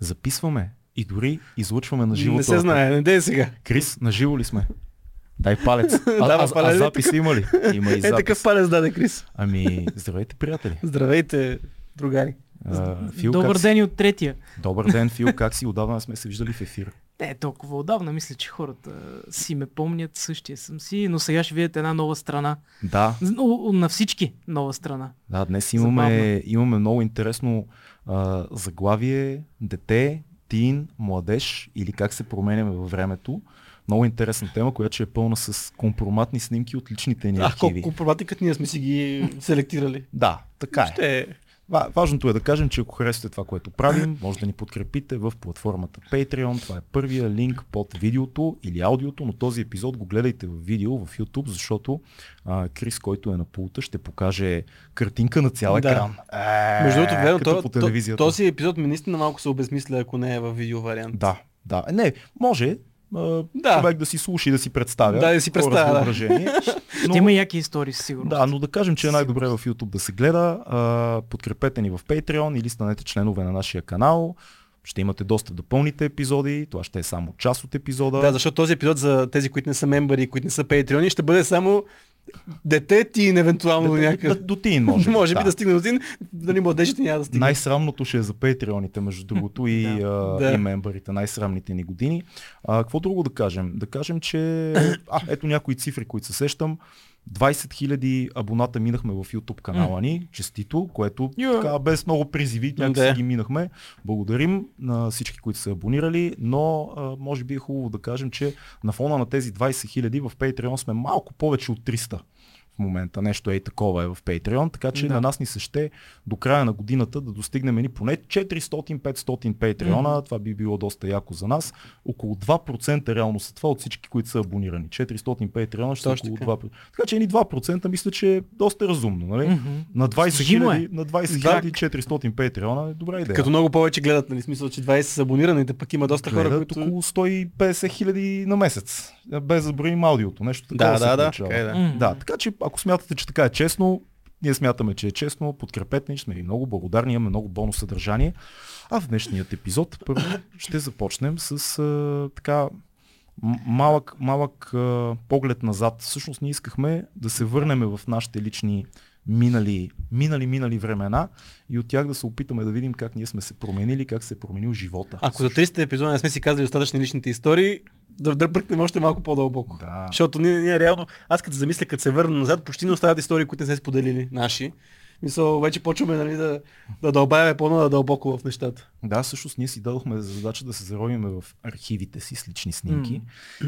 Записваме и дори излъчваме на живо. не се това. знае, не дей сега. Крис, на живо ли сме? Дай палец. А, Дава а, а палец. запис има ли? Има и Е, такъв запис. палец даде Крис. Ами, здравейте, приятели. Здравейте, другари. А, Фил, Добър как ден и от третия. Си? Добър ден, Фил. Как си? Отдавна не сме се виждали в ефир. Не е толкова отдавна, мисля, че хората си ме помнят, същия съм си, но сега ще видят една нова страна. Да, Но, на всички нова страна. да днес Забавно. имаме, имаме много интересно а, заглавие. Дете, тин, младеж или как се променяме във времето. Много интересна тема, която ще е пълна с компроматни снимки от личните ни А архиви. колко пробатикът ние сме си ги селектирали. Да, така е. Ще Ва- Важното е да кажем, че ако харесате това, което правим, може да ни подкрепите в платформата Patreon. Това е първия линк под видеото или аудиото, но този епизод го гледайте в видео в YouTube, защото а, Крис, който е на пулта, ще покаже картинка на цял Да. екран. Е, Между другото, верно, като то, по то- телевизията. този епизод ми наистина малко се обезмисля, ако не е в видео вариант. Да, да. Е, Не, може а, Да. човек да си слуша и да си представя. Да, да си хора с представя, да. въображение. Ще Но- има яки истории, със сигурност. Да, но да кажем, че е най-добре в YouTube да се гледа. А, подкрепете ни в Patreon или станете членове на нашия канал. Ще имате достъп до пълните епизоди. Това ще е само част от епизода. Да, защото този епизод за тези, които не са мембари, които не са патреони, ще бъде само дете ти и евентуално до да, някъде. до тин може. би, Може би да. да стигне до един, дали младежите няма да стигне. Най-срамното ще е за патреоните, между другото, и, Да. а, Да. и мембарите, най-срамните ни години. А, какво друго да кажем? Да кажем, че... А, ето някои цифри, които се сещам. 20 000 абоната минахме в YouTube канала ни, честито, което Ю. така, без много призиви, Да. някакси ги минахме. Благодарим на всички, които са абонирали, но а, може би е хубаво да кажем, че на фона на тези 20 000 в Patreon сме малко повече от 300 в момента. Нещо е и такова е в Patreon, така че Да. на нас ни се ще до края на годината да достигнем ни поне 400-500 Патреона. Това би било доста яко за нас. Около 2% реално са това от всички, които са абонирани. 400 Патреона ще са Точно около така. 2%. Така че едни 2% мисля, че е доста разумно. Нали? Мгм. На 20 Постижимо е. 000, на 20 Да. 400 Патреона е добра идея. Като много повече гледат, нали? Смисъл, че 20 са абонираните, пък има доста Гледат хора, които... около 150 хиляди на месец. Без да броим аудиото. Нещо такова Да, се да, да. получава. така е, да. Мгм. Да, така че ако смятате, че така е честно, ние смятаме, че е честно, подкрепете ни, ще сме ви много благодарни, имаме много болно съдържание. А в днешният епизод първо ще започнем с а, така м- малък, малък а, поглед назад. Всъщност ние искахме да се върнем в нашите лични минали, минали, минали времена и от тях да се опитаме да видим как ние сме се променили, как се е променил живота. Ако за 300 епизода не сме си казали достатъчни личните истории, да дръпнем още малко по-дълбоко. Да. Защото ние, ние реално, аз като замисля, като се върна назад, почти не остават истории, които не сме споделили наши. Мисъл, вече почваме нали, да, да дълбавяме по-надълбоко в нещата. Да, всъщност ние си дадохме за задача да се заровим в архивите си с лични снимки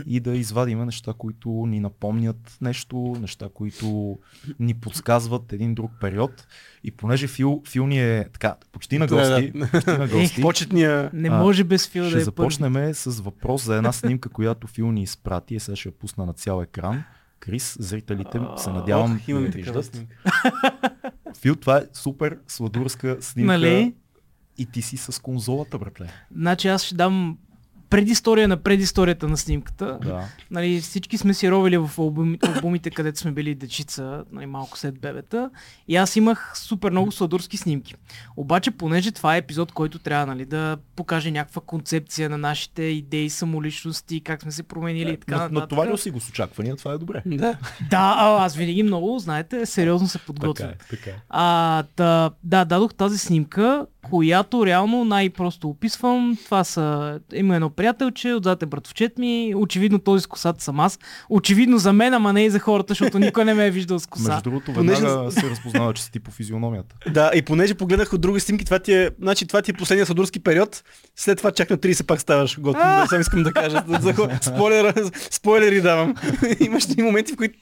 и да извадиме неща, които ни напомнят нещо, неща, които ни подсказват един друг период. И понеже Фил, Фил ни е така, почти на Да, гости, да. почти на гости Почетния... Не А, може без Фил ще да е първи. започнем с въпрос за една снимка, която Фил ни изпрати. Е, сега ще я пусна на цял екран. Крис, зрителите се надявам Ох, да имаме я такава виждат. снимка. Фил, това е супер сладурска снимка. Нали? И ти си с конзолата, братле. Значи аз ще дам предистория на предисторията на снимката. Да. Нали, всички сме си ровили в албуми, албумите, където сме били дечица, нали, малко след бебета. И аз имах супер много сладурски снимки. Обаче, понеже това е епизод, който трябва нали, да покаже някаква концепция на нашите идеи, самоличности, как сме се променили и така Е, на, нататък. натоварил си го с очаквания, това е добре. Да. Да, а, аз винаги много, знаете, сериозно се подготвям. така е. А, да, да, дадох тази снимка, която реално най-просто описвам. Това са... Има едно приятелче, отзад е братовчет ми. Очевидно този с косата съм аз. Очевидно за мен, ама не и за хората, защото никой не ме е виждал с коса. Между другото, Понеже- веднага се разпознава, че си ти по физиономията. да, и понеже погледнах от други снимки, това ти е, значи, това ти е последния садурски период, след това чак на 30 пак ставаш готов. Да, само искам да кажа. За хо- спойлер, спойлери давам. Имаш и моменти, в които...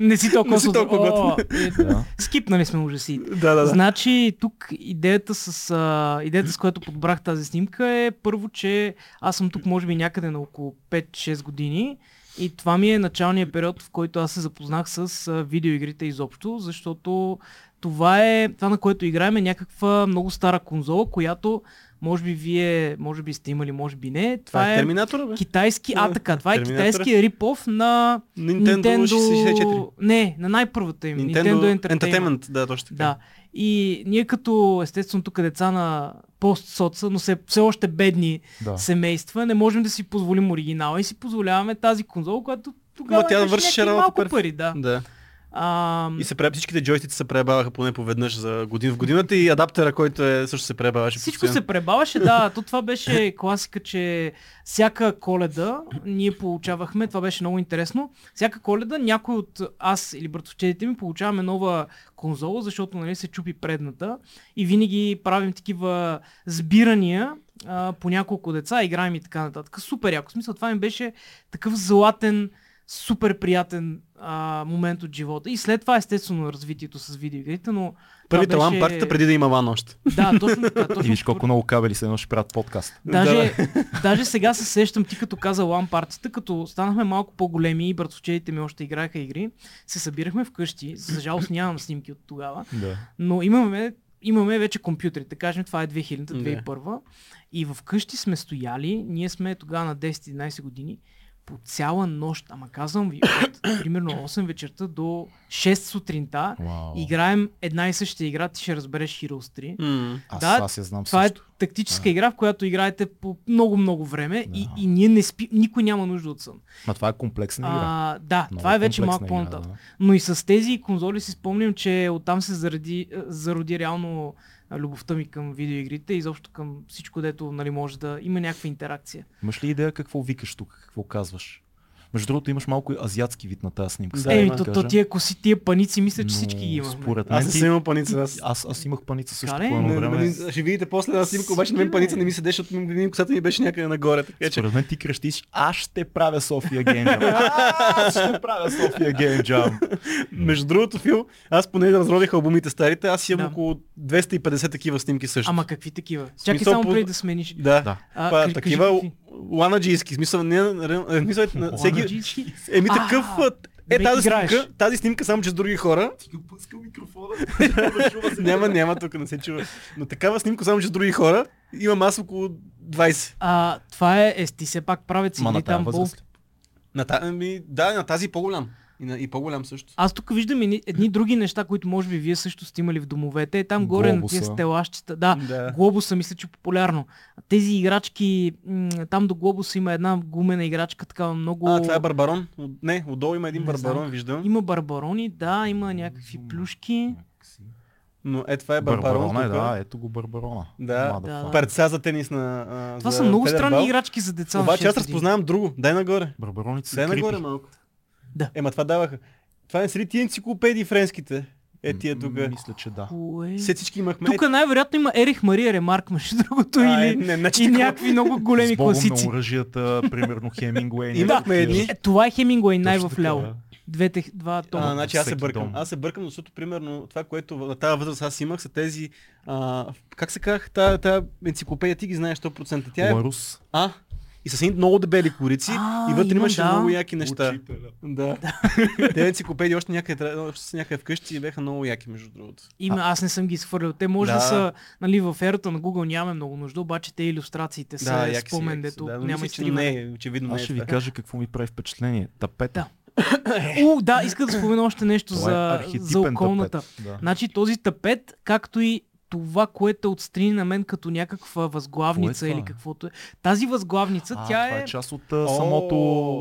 Не си толкова, Не си толкова сладо- О, е, Да. Скипнали сме ужасите. Да, да, да. Значи тук идеята с, а, идеята с която подбрах тази снимка е първо, че аз съм тук може би някъде на около 5-6 години и това ми е началният период, в който аз се запознах с а, видеоигрите изобщо, защото това е това, на което играем е някаква много стара конзола, която може би вие, може би сте имали, може би не. Това, Това е Терминатора, бе. китайски, а Да. така, това е Терминатора. китайския рипов на Nintendo, Nintendo... 64. Не, на най-първата им. Nintendo, Nintendo Entertainment. Entertainment, да, точно така. Да. И ние като, естествено, тук деца на пост-соца, но все, все още бедни Да. семейства, не можем да си позволим оригинала и си позволяваме тази конзола, която тогава Ма тя имаше вършеше някакви работа малко перфектно. пари. Да. Да. А, И се пре... всичките джойстици се пребаваха поне по веднъж за година в годината и адаптера, който е, също се пребаваше. Всичко се пребаваше, да. То това беше класика, че всяка коледа ние получавахме, това беше много интересно, всяка коледа някой от аз или братовчетите ми получаваме нова конзола, защото нали, се чупи предната и винаги правим такива сбирания а, по няколко деца, играем и така нататък. Супер яко. В смисъл, това ми беше такъв златен супер приятен а, момент от живота. И след това, естествено, развитието с видеоигрите, но... това Първите беше- беше... лампартата преди да има лан още. Да, точно така. Точно И виж колко много кабели се едно ще правят подкаст. Даже, даже сега се сещам, ти като каза лан партията, като станахме малко по-големи и братовчетите ми още играеха игри, се събирахме вкъщи, за жалост нямам снимки от тогава, Да. но имаме, имаме вече компютри, да кажем това е 2000-та, Да. 2001 и вкъщи сме стояли, ние сме тогава на 10-11 години, по цяла нощ, ама казвам ви, от примерно 8 вечерта до 6 сутринта, Вау. играем една и съща игра, ти ще разбереш Heroes 3. М. Аз, Да, аз я знам Това също. е тактическа игра, в която играете по много-много време да. и, Да. и ние не спи, никой няма нужда от сън. Ма това е комплексна игра. А, да, Много това е вече комплексна малко игра, по-нататък. Но и с тези конзоли си спомням, че оттам се заради, е, зароди реално а, любовта ми към видеоигрите и изобщо към всичко, дето нали, може да има някаква интеракция. Имаш ли идея какво викаш тук, какво казваш? Между другото имаш малко азиатски вид на тази снимка. Да, сега Да, Еми, да то, кажа. то тия коси, тия паници, мисля, че Но всички ги имаме. Според мен Аз не ти- съм имал паница. Аз... аз, аз имах паница също Така ли? по едно Не, време. не, ще видите после една снимка, обаче на мен Сиди, паница бе. не ми се деше, от м- м- косата ми беше някъде нагоре. Така че Според мен ти крещиш, аз ще правя София Геймджам. Аз ще правя София Геймджам. Между другото, Фил, аз поне разрових албумите старите, аз имам Да. около 250 такива снимки също. Ама какви такива? Чакай смисъл, само по- преди да смениш. Да. Да. А, Па, кажи- такива кажи ланаджийски, смисъл, не, не, не, мисъл, на всеки, Ламаджийски? еми А, такъв, а, е бе, тази играеш. снимка, тази снимка само, че с други хора, Ти го пъска микрофона. няма, няма, тук не се чува, но такава снимка само, че с други хора, имам аз около 20. А, това е, е, ти все пак правят си Ма на игри тази там по... възраст. ли? На та, ами, да, на тази по-голям. И, на, и по-голям също. Аз тук виждам едни, едни други неща, които може би вие също сте имали в домовете. Е, там горе на тия Глобуса. стелашчета. Да, Да. глобуса мисля, че е популярно. Тези играчки, м, там до глобуса има една гумена играчка, такава много... А, това е барбарон. От- Не, отдолу има един Не барбарон, знам. виждам. Има барбарони, да, има някакви плюшки. Но е, това е барбарон. Барбарона е, тук. да, ето го Барбарона. Да. Motherfucker. Парца за тенис на... А, Това за са много федербал. странни играчки за деца. на Обаче аз шест години. разпознавам друго. Дай нагоре. Барбароните са Дай крипи. е нагоре малко. Да. Ема това даваха. Това не са ли тия енциклопедии френските? Е тия тук. М, Мисля, че да. Кое? Се всички имахме. Тук най-вероятно има Ерих Мария Ремарк, между другото, А, е, или не, значи и такова. някакви много големи С Богом класици. на оръжията, примерно Хемингуей. Имахме някакви такива. едни. Е, Това е Хемингуей Точно най-вляво. така, Двете, два А, тома. значи аз се всеки бъркам. дом. Аз се бъркам, защото примерно това, което в- на тази възраст аз имах, са тези... А, как се казах, тая, тая енциклопедия ти ги знаеш 100%. Тя е... Ларус. А, и с едни много дебели корици А, и вътре имам, имаше да. много яки неща. Да. Те енциклопедии още някъде, тря- още са някъде вкъщи и бяха много яки, между другото. Има, аз не съм ги изхвърлял. Те може да, Да. са, нали, в ерата на Google нямаме много нужда, обаче те иллюстрациите са Да, яки са, спомен, яки са, дето да, но няма мисля, че и не. Не, очевидно Аз не е ще ви това. кажа какво ми прави впечатление. Тапета. У, да, иска да спомена още нещо Това е за, архетипен за околната. тапет. Да. Значи този тапет, както и това, което отстрани на мен като някаква възглавница Кое е или това? каквото е. Тази възглавница, А, тя това е... е част от а, О, самото,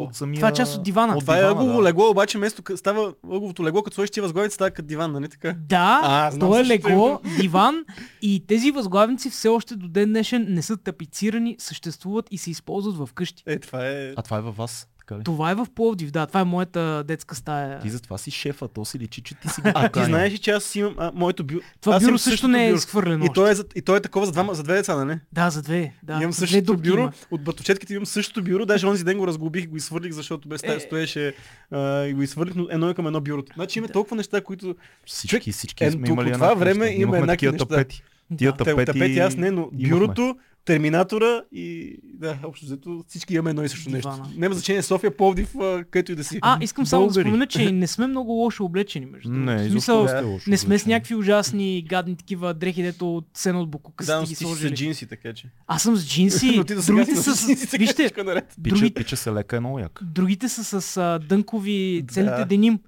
от самия... това е част от дивана. От Това е дивана, ъгово да. легло, обаче вместо къ- става ъговото легло, като сложиш ти възглавица, става като диван, нали така? Да, А, а, знам то е същото легло, диван и тези възглавници все още до ден днешен не са тапицирани, съществуват и се използват в къщи. Е, това е... А това е във вас, така ли? Това е в Пловдив, да, това е моята детска стая. Ти затова си шефа, то си личи, че ти си ги А ти поканил. знаеш ли, че аз си имам а, моето бю... Това аз бюро имам също същото не е бюро. изхвърлено. И то е, за, и то е такова за, два, за две деца, нали? Да, за две. Да. имам за две същото дупки бюро. има. От братовчетките имам същото бюро. Даже онзи ден го разглобих, го изхвърлих, защото без Е. е... стоеше а, и го изхвърлих, но едно е към едно бюрото. Значи има Да. толкова неща, които Човек, Всички, всички е, сме тук имали от това еднакви време неща. има Имахме еднакви такива неща. тапети. Тия Да. тапети, тапети тапети аз не, но имахме. бюрото Терминатора и да, общо взето всички имаме едно и също нещо. Дивана. Няма значение София, Пловдив, а, където и да си. А, искам само да Българи. спомена, че не сме много лошо облечени, между другото. Не, В изобщо смисъл, не сте лошо. не сме с някакви ужасни, гадни такива дрехи, дето от сено от да, букука сте но ги ти си с сложили. джинси, така че. Аз съм с джинси, Но ти до сега другите си са с джинси, с... така че Вижте, всичко е наред. Пича, други- пича се лека е много яка. другите са с а, дънкови, Да. целите деним.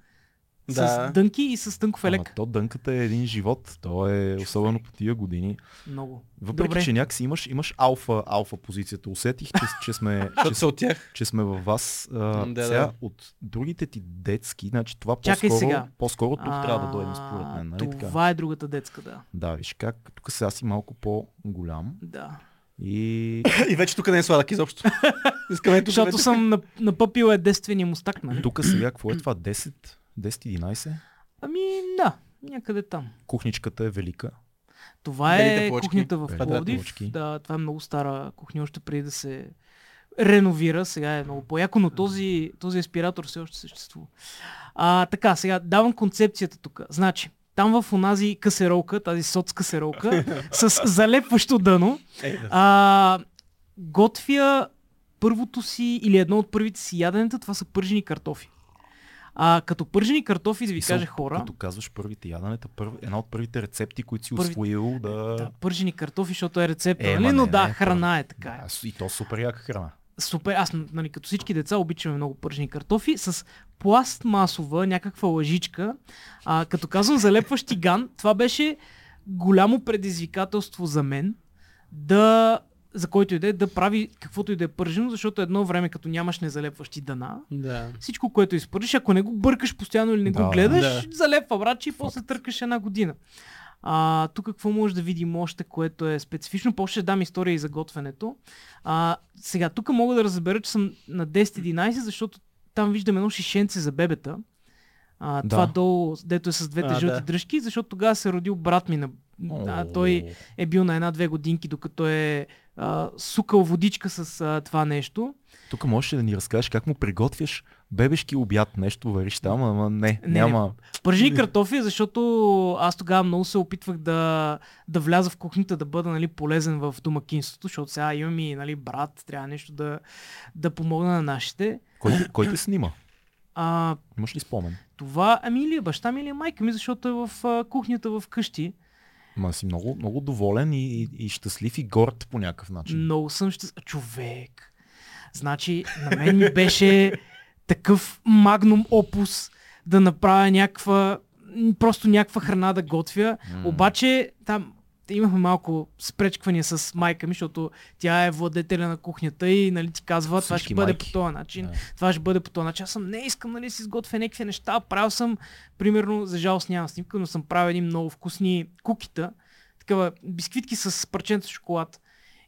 Да. С дънки и с дънков Ама елек. то дънката е един живот. То е особено по тия години. Много. Въпреки, Добре. че някакси имаш, имаш алфа, алфа позицията. Усетих, че, че сме, Защото че, са от тях. че сме във вас. А, М, да, да, сега, да. да. от другите ти детски, значи това Чакай по-скоро, сега. по-скоро тук А, трябва да дойдем според мен. Нали? Така. Това е другата детска, да. Да, виж как. Тук сега си малко по-голям. Да. И И вече тук не е сладък изобщо. Искаме тук. Защото вече- съм нап- напъпил е детствения мустак, нали? тук сега какво е това? 10? 10-11? Ами да, някъде там. Кухничката е велика. Това Белите е плочки. кухнята в Белите Пловдив. плочки. Да, това е много стара кухня, още преди да се реновира. Сега е много по-яко, но този, този аспиратор все още съществува. А, така, сега давам концепцията тук. Значи, там в онази касеролка, тази соц касеролка, с залепващо дъно, Е, да. а, готвя първото си или едно от първите си яденета, това са пържени картофи. А, като пържени картофи, да ви Мисъл, кажа хора, Като казваш първите яденета, първ... една от първите рецепти, които си Първи- освоил да... да, пържени картофи, защото е рецепта, Е, нали? ма но не, да, не, храна е така. Е. Да, с- и то супер яка храна. Супер, аз нали, като всички деца обичаме много пържени картофи с пластмасова някаква лъжичка. А, като казвам залепващ тиган, това беше голямо предизвикателство за мен да за който иде да прави каквото и да е пържено, защото едно време, като нямаш незалепващи дъна, Да. всичко, което изпържиш, ако не го бъркаш постоянно или не Да. го гледаш, Да. залепва брат, че и после търкаш една година. А, тук какво може да видим още, което е специфично? После ще дам история и за готвенето. А, сега, тук мога да разбера, че съм на 10-11, защото там виждам едно шишенце за бебета. А, Да. това долу, дето е с двете А, а, жълти да. да. дръжки, защото тогава се е родил брат ми на... А, той е бил на една-две годинки, докато е а, сукал водичка с а, това нещо. Тук можеш ли да ни разкажеш как му приготвяш бебешки обяд, нещо вариш там, ама не, Не, не няма. Пържени картофи, защото аз тогава много се опитвах да, да вляза в кухнята, да бъда нали, полезен в домакинството, защото сега имам и нали, брат, трябва нещо да, да помогна на нашите. Кой, кой те снима? А, Имаш ли спомен? това, ами или е баща ми, или е майка ми, защото е в а, кухнята в къщи. Ма си много, много доволен и, и, и щастлив и горд по някакъв начин. Много съм щастлив. Човек! Значи, на мен ми беше такъв магнум опус да направя някаква, м, просто някаква храна да готвя. М. Обаче, там имахме малко спречквания с майка ми, защото тя е владетеля на кухнята и нали, ти казва, това Всички ще бъде майки. по този начин, Да. това ще бъде по този начин. Аз съм, не искам нали, да си изготвя някакви неща, правил съм, примерно, за жалост нямам снимка, но съм правил едни много вкусни кукита, такива бисквитки с парченца шоколад.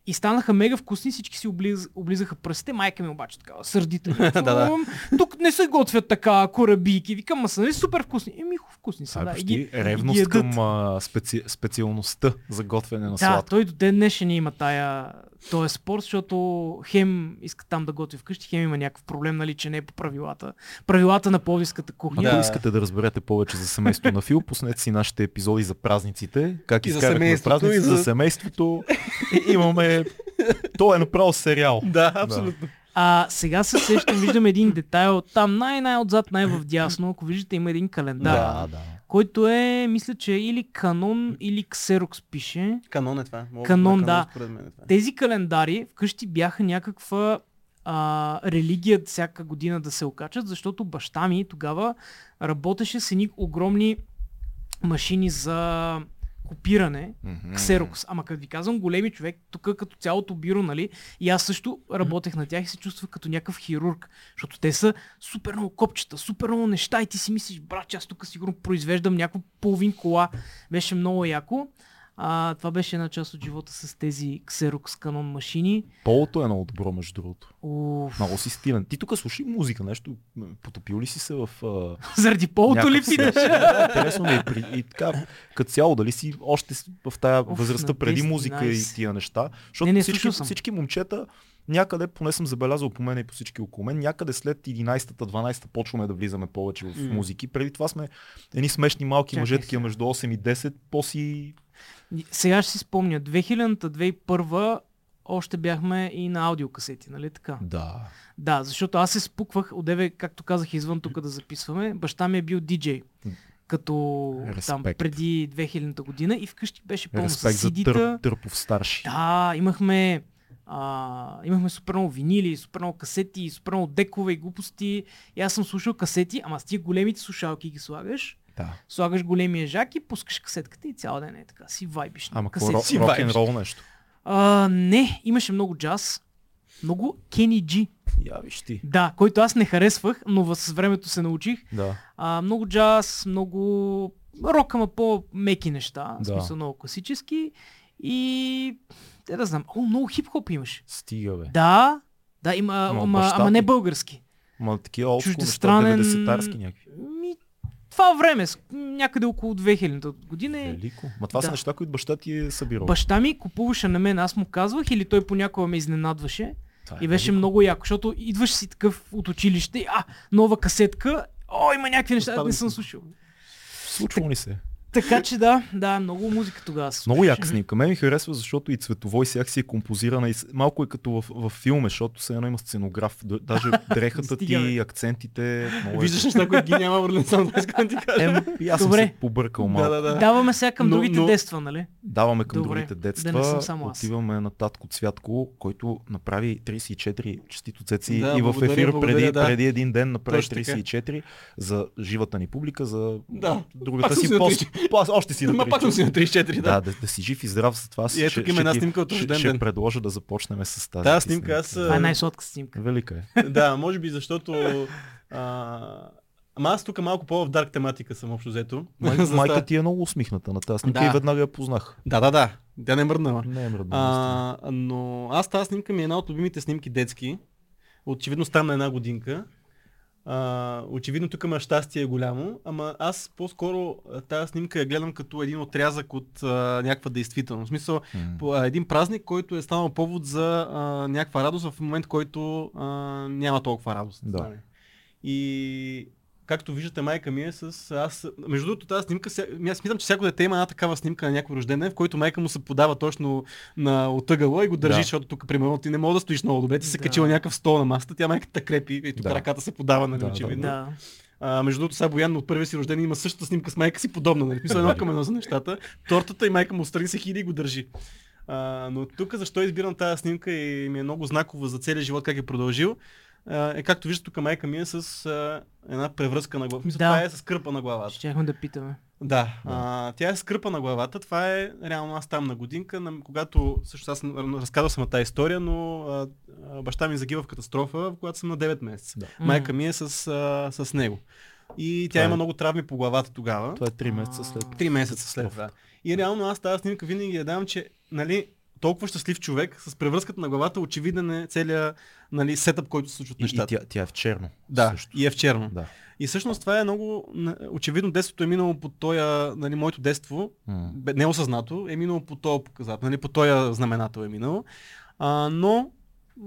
И станаха мега вкусни, всички си облиз, облизаха пръстите, майка ми обаче такава, сърдита. Да, да. «М, Тук не се готвят така корабийки. Викам, ма са нали супер вкусни? Еми, хубаво вкусни са. Това е да. И почти ги- ревност ги ядат. към а, специ... специалността за готвене на Да, сладко. той до ден днешен има тая, този спорт, защото хем иска там да готви вкъщи, хем има някакъв проблем, нали, че не е по правилата. Правилата на Пловдивската Ако кухня. Да. искате да разберете повече за семейство на Фил, пуснете си нашите епизоди за празниците, как И за изкарахме семейството, празниците, и за- за... за семейството. И имаме... То е направо сериал. Да, абсолютно. А сега се сещам, виждам един детайл. Там най-най-отзад, най-вдясно, ако виждате, има един календар, да. да. който е, мисля, че или канон, или ксерокс пише. Канон е това. Мога Канон, на да. според мен е това. Тези календари вкъщи бяха някаква а, религия всяка година да се окачат, защото баща ми тогава работеше с едни огромни машини за копиране, Мгм. ксерокс. Ама като ви казвам големи човек, тук като цялото бюро, нали, и аз също работех на тях и се чувствах като някакъв хирург, защото те са супер много копчета, супер много неща и ти си мислиш, брат, че аз тук сигурно произвеждам някакво половин кола. Беше много яко. А, това беше една част от живота с тези ксерокс канон машини. Полото е много добро, между другото. Уф. Много си стилен. Ти тук слушай музика, нещо. м, Потопил ли си се в... а, Заради полото ли някакъв питаш? свят? Да, интересно ми е. при- И така, като цяло, дали си още с- в тая Оф, възрастта на преди 10, музика и 11. тия неща? Защото Не, не, всички, слушал съм. всички момчета някъде, поне съм забелязал по мен и по всички около мен, някъде след 11-та, 12-та почваме да влизаме повече в М. музики. Преди това сме едни смешни малки Чакай мъже, сега. такива между 8 и 10, по-си... Сега ще си спомня. 2000-та, 2001-та още бяхме и на аудиокасети, нали така? Да. Да, защото аз се спуквах, отдеве, както казах, извън тук да записваме. Баща ми е бил диджей. Като там Респект. преди 2000-та година и вкъщи беше пълно с Респект за CD-та. търп, търпов старши. Да, имахме, а, имахме супер много винили, супер много касети, супер много декове и глупости. И аз съм слушал касети, ама с тия големите слушалки ги слагаш. да. Слагаш големия жак и пускаш касетката и цял ден е така. Си вайбиш. на Ама касети. какво си рок вайбиш. н рол нещо? А, не, имаше много джаз. Много Кенни Джи. Я виж ти. Да, който аз не харесвах, но в- с времето се научих. Да. А, много джаз, много рок, ама по-меки неща. Да. Да. Смисъл много класически. И... Те да знам. О, много хип-хоп имаш. Стига, бе. Да, да, има, ама, Ма, ама, баща ама ти. не български. Ма такива олдскул неща, Чуждестранен- 90-тарски някакви. Ми, това време, с- някъде около 2000-та година. е. Велико. Ма това Да. са неща, които баща ти е събирал. Баща ми купуваше на мен, аз му казвах, или той понякога ме изненадваше. Това е И беше велико. много яко, защото идваш си такъв от училище, и, а, нова касетка, о, има някакви неща, аз не Оставам съм си. слушал. Случва ни се. Така че да, да, много музика тогава се Много слушаше. як снимка. Мен ми харесва, защото и цветово и сяк си е композирана. И с- малко е като в, в филме, защото все едно има сценограф. Д- Даже дрехата Стига, бе. ти, акцентите. Много е... Виждаш неща, които ги няма, Орлин, само това искам да ти Е, кажа. Ем, и аз Добре. съм се побъркал да, малко. да, да. Даваме сега към Но- другите но- детства, нали? Даваме към Добре, другите да не детства. съм само аз. Отиваме на татко Цвятко, който направи 34 честито цеци Да, и в благодаря, ефир благодаря, преди, да. преди един ден направи Точно така. 34 за живата ни публика, за Да. Пак другата съм си си на пост. Аз още си Ма на пак съм си на 34, да. да, да, да си жив и здрав, затова И ето тук има една ти- снимка от ще- рожден ще ден. предложа да започнем с тази. Тази ти снимка аз, Това е Е, най-сладка снимка. Велика е. да, може би защото... А... Ама аз тук малко по-в дарк тематика съм общо взето. Май, За майка ста- ти е много усмихната на тази снимка Да. и веднага я познах. Да, да, да. Тя не е мръднала. Не е мръдна. А, но аз тази снимка ми е една от любимите снимки детски. Очевидно стана една годинка. А, очевидно тук има щастие е голямо, ама аз по-скоро а, тази снимка я гледам като един отрязък от а, някаква действителност. В смисъл, наистина. М. по, а, един празник, който е станал повод за а, някаква радост в момент, който а, няма толкова радост. Да. Нали? И както виждате, майка ми е с... Аз, между другото, тази снимка, ся- ми аз смятам, че всяко дете има една такава снимка на някой рожден ден, в който майка му се подава точно на отъгъла и го държи, Да. защото тук, примерно, ти не мога да стоиш много добре, ти се Да. качила някакъв стол на масата, тя майката крепи и тук Да. ръката се подава, нали, Да, да, очевидно. Да. А, между другото, сега Боян от първия си рожден има същата снимка с майка си, подобна, нали? Мисля, едно към едно за нещата. Тортата и майка му страни се хили и го държи. А, но тук защо избирам тази снимка и ми е много знакова за целия живот, как е продължил, а, е както виждате, тук майка ми е с а, една превръзка на главата. Мисля, Да. това е с кърпа на главата. Щяхме да питаме. Да, а, тя е скръпа на главата. Това е реално аз там на годинка, на, когато също аз съм- разказал съм тази история, но а, а, баща ми загива в катастрофа, в когато съм на 9 месеца. Да. Майка ми е с, а, с него. И тя Това е- има много травми по главата тогава. Това е 3 месеца след. Три месеца след това. И реално аз тази снимка винаги я давам, че нали, толкова щастлив човек с превръзката на главата, очевиден е целият нали, сетъп, който се случва от И, и нещата. тя, тя е в черно. да, Също. и е в черно. Да. И всъщност това е много... н- Очевидно детството е минало по тоя... Нали, моето детство, М. бе- неосъзнато, е минало по този показател, нали, по този знаменател е минало. А, но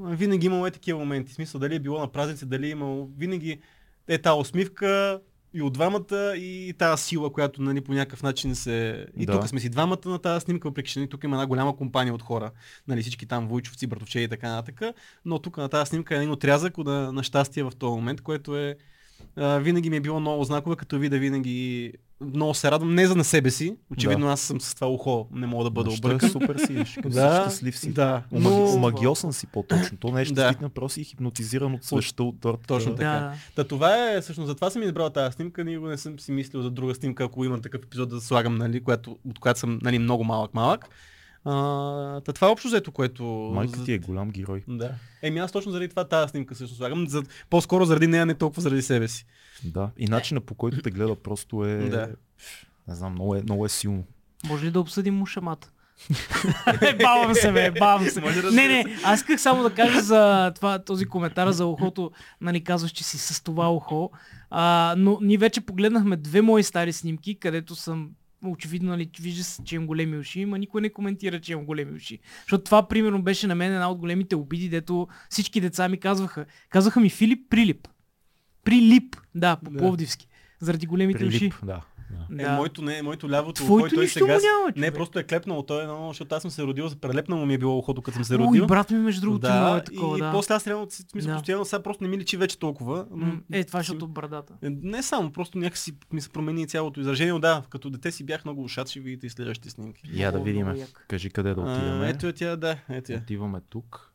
а, винаги имало е такива моменти. В Смисъл, дали е било на празници, дали е имало... Винаги е тази усмивка и от двамата и тази сила, която нали, по някакъв начин се... И Да. тук сме си двамата на тази снимка, въпреки че нали, тук има една голяма компания от хора. Нали, всички там войчовци, братовче и така нататък. Но тук на тази снимка е един отрязък на, на щастие в този момент, което е а, винаги ми е било много знакове, като видя винаги много се радвам, не за на себе си, очевидно аз съм с това ухо, не мога да бъда Нещо е объркан. Супер си. ще- Щастлив си. да, Но... но... Омагиосен си по-точно. То не е Да. щастлив, просто си хипнотизиран от свеща от тортата. Точно Да, така. да. Та това е, всъщност, затова съм избрал тази снимка, никога не съм си мислил за друга снимка, ако имам такъв епизод да слагам, нали, която, от която съм нали, много малък-малък. А, та това е общо взето, което... Майка за- ти е голям герой. Да. Еми аз точно заради това тази снимка всъщност слагам. За... По-скоро заради нея, не толкова заради себе си. Да. И начина по който те гледа просто е... Да. Не знам, много е, много е силно. Може ли да обсъдим мушамата? бавам се, бе, бавам се. Може да не, се- не, аз исках само да кажа за това, този коментар за ухото, нали казваш, че си с това ухо. А, но ние вече погледнахме две мои стари снимки, където съм очевидно, нали, вижда се, че имам големи уши, ма никой не коментира, че имам големи уши. Защото това, примерно, беше на мен една от големите обиди, дето всички деца ми казваха. Казваха ми Филип Прилип. Прилип, Да. да, по-пловдивски. Заради големите уши. Прилип, да. Е, Да. моето, не, моето лявото, ухо, и Твоето той нищо сега... му с- няма, Не, човек. просто е клепнало, той е едно, защото аз съм се родил, прелепнало ми е било ухото, като съм се О, и родил. брат ми, между другото, да, много е такова, и да. после аз реално, в смисъл, Да. постоянно сега просто не ми личи вече толкова. но- М, Е, това е защото брадата. Е, Не само, просто някакси ми се промени цялото изражение. но Да, като дете си бях много ушат, ще видите и следващите снимки. Я да Много, видим. много як. Кажи къде да А, отиваме. ето я тя, да, ето я. Отиваме тук.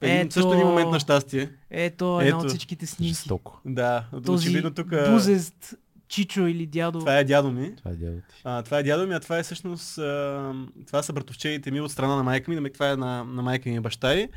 Един, Ето. Също един момент на щастие. Ето Е, една Ето. от всичките снимки. Жестоко. Да, Този очевидно тук. бузест, чичо или дядо. Това е дядо ми. Това е дядо ти. А, това е дядо ми, а това е всъщност... А, това са братовчедите ми от страна на майка ми, намек това е на, на майка ми и баща й.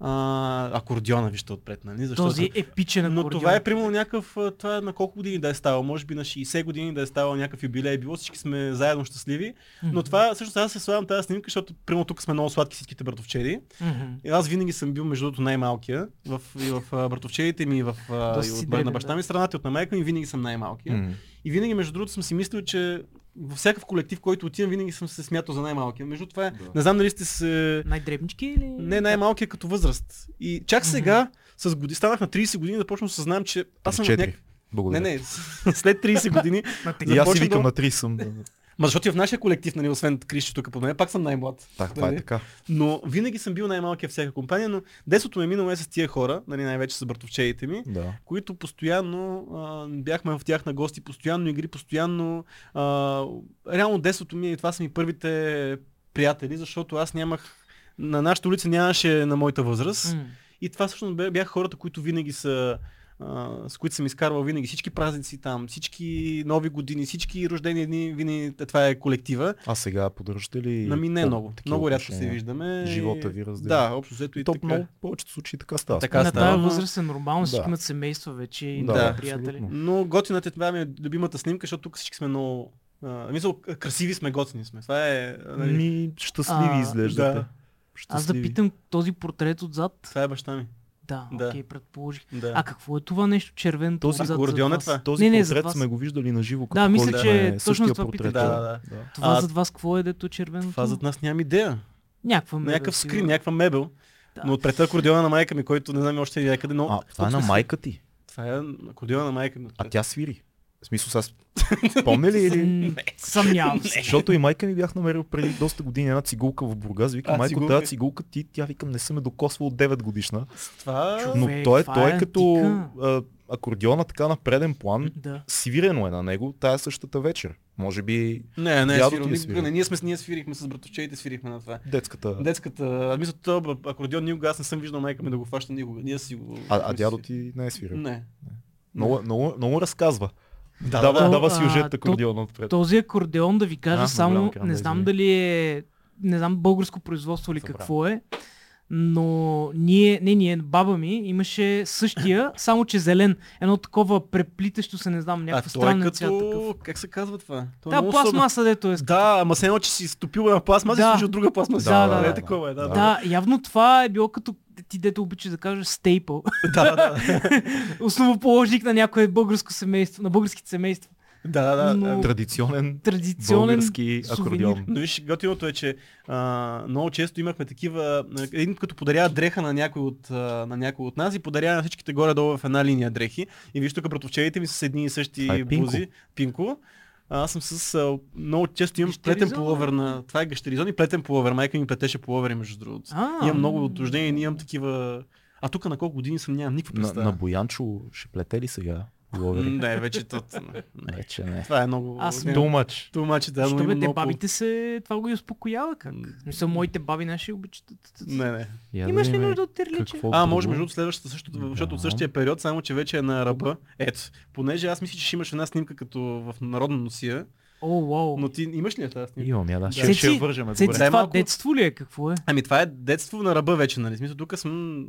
А, акордиона вижте отпред, нали? Защото... Този епичен Но акордеон. това е примерно някакъв, а, това е на колко години да е ставало, може би на 60 години да е ставал някакъв юбилей, било всички сме заедно щастливи, но това всъщност аз се славям тази снимка, защото примерно тук сме много сладки всичките братовчеди. Мгм. И аз винаги съм бил между другото най-малкия в, и в а, братовчедите ми, и в, а, Доста и си от, на дребен, баща да. ми страната, и от на майка ми, винаги съм най-малкия. М. И винаги, между другото, съм си мислил, че във всякакъв колектив, в който отивам, винаги съм се смятал за най-малкия. Между това, е, не знам дали сте се... Най-дребнички или... Не най-малкия като възраст. И чак сега, с годи... станах на 30 години, да почвам да съзнавам, че аз съм в Четири. няк... Не, Благодаря. не, след 30 години. На тък- И аз си започна викам да- на 3 съм. да. Ма защото и в нашия колектив, нали, освен Кришче тук под мен, пак съм най-млад. Так, това е Нали? така. Но винаги съм бил най-малкия във всяка компания, но детството ми е минало е с тия хора, нали, най-вече с братовчеите ми. Да. които постоянно а, бяхме в тях на гости, постоянно игри, постоянно. А, реално детството ми е и това са ми първите приятели, защото аз нямах. На нашата улица нямаше на моята възраст. М. И това всъщност бе- бяха хората, които винаги са. а, С които съм изкарвал винаги всички празници там, всички нови години, всички рождени дни, винаги това е колектива. А сега поддържате ли... На ми не е по- много. такива Много рядко се отношения? виждаме. Живота И- ви разделя. Да, общо взето и То така. много в повечето случаи така става. Така Аз На става, тази но- възраст е нормално, всички Да. имат семейства вече и Да, да, да, приятели. абсолютно. Но готината е това ми е любимата снимка, защото тук всички сме много... А, мисъл, к- красиви сме, готини сме. Това е... а, нали, Ми щастливи А, изглеждате. да. Аз да Щастливи. питам този портрет отзад. Това е баща ми. Да, Да. окей, предположих. Да. А какво е това нещо червено? Този отзад зад акордеон е вас? това. Този Не, не, за портрет вас. сме го виждали на живо. е Да, мисля, че точно това питах. портрет. Да, да, да. Това А- зад вас какво е, дето е червеното? това зад нас нямам идея. Някаква мебел, Някакъв сигурно. скрин, някаква мебел. Да. Но отпред е акордеона на майка ми, който не знам още е някъде, но... А, това е на Тук сме- майка ти. Това е акордеона на майка ми. А тя свири. В смисъл, сега с- помня ли или... М, Съмнявам се. Защото и майка ми бях намерил преди доста години една цигулка в Бургас. Вика, А, майко, цигулка. тази цигулка ти, тя викам, не съм е докосвал от 9 годишна. Това... Чу- Но Човек, той, е- това той е е като а, акордеона така на преден план. Да. Свирено е на него тая същата вечер. Може би Не, не, е Дядо свирил. ти е Никога свирил. не. Ние, сме, с- ние свирихме с братовчеите, свирихме на това. детската... Детската... аз Мисля, това акордеон никога аз не съм виждал майка ми да го фаща никога. Ние си го... А, а сме си дядо свирили. ти не е свирил. Не. Много, много, много разказва. Да, дава, да. дава То, си а, ужетта то- акордеона отпред. Този акордеон, да ви кажа А, голям само, екран, да, не знам извини. дали е, не знам българско производство или Забравя. какво е, но ние, не ние, баба ми имаше същия, само че зелен. Едно такова преплитащо се, не знам, някаква а той е странна като... цвят такъв. Как се казва това? Той е Та много пластмаса, дето е. особен. Да, ама се едно, че си стопил една пластмаса и си Да. сложил друга пластмаса. Да, да, Е, да. такова е, да. Да. Да, явно това е било като ти дето обичаш да кажеш стейпъл. да, да, да, Основоположник на някое българско семейство, на българските семейства. да, да, да. Но- Традиционен Традиционен български сувенир. акордеон. Но виж, готиното е, че а, много често имахме такива, а, един като подарява дреха на някой от, а, на някой от нас и подарява на всичките горе-долу в една линия дрехи. И виж тук братовчедите ми с едни и същи Това е пинко. бузи. Пинко. А, аз съм с... А, много често имам Гащеризон, плетен пуловер бе. на... Това е гащеризон и плетен пуловер. Майка ми плетеше пуловери, между другото. А, Имам много отложения, имам такива... А тук на колко години съм, нямам никаква На, представа. на Боянчо ще плете ли сега? Ловери. Не, вече тот. не. Вече не. Това е много... Аз не, Думач. Тумачи, да, но Що има бе, е те много... бабите се, това го и успокоява как? М. Мисля, моите баби наши обичат. Не, не. Я да Имаш ли видим нужда от тирличе? какво А, друго. може между другото следващата също, защото от Да. същия период, само че вече е на ръба. Ето, понеже аз мисля, че ще имаш една снимка като в народна носия, О, вау. но ти имаш ли я тази снимка? Имам я, да. Ще, Цеци- ще я вържеме. Цеци, добре. Дай това малко. детство ли е? Какво е? Ами това е детство на ръба вече, нали? В Смисъл, тук съм...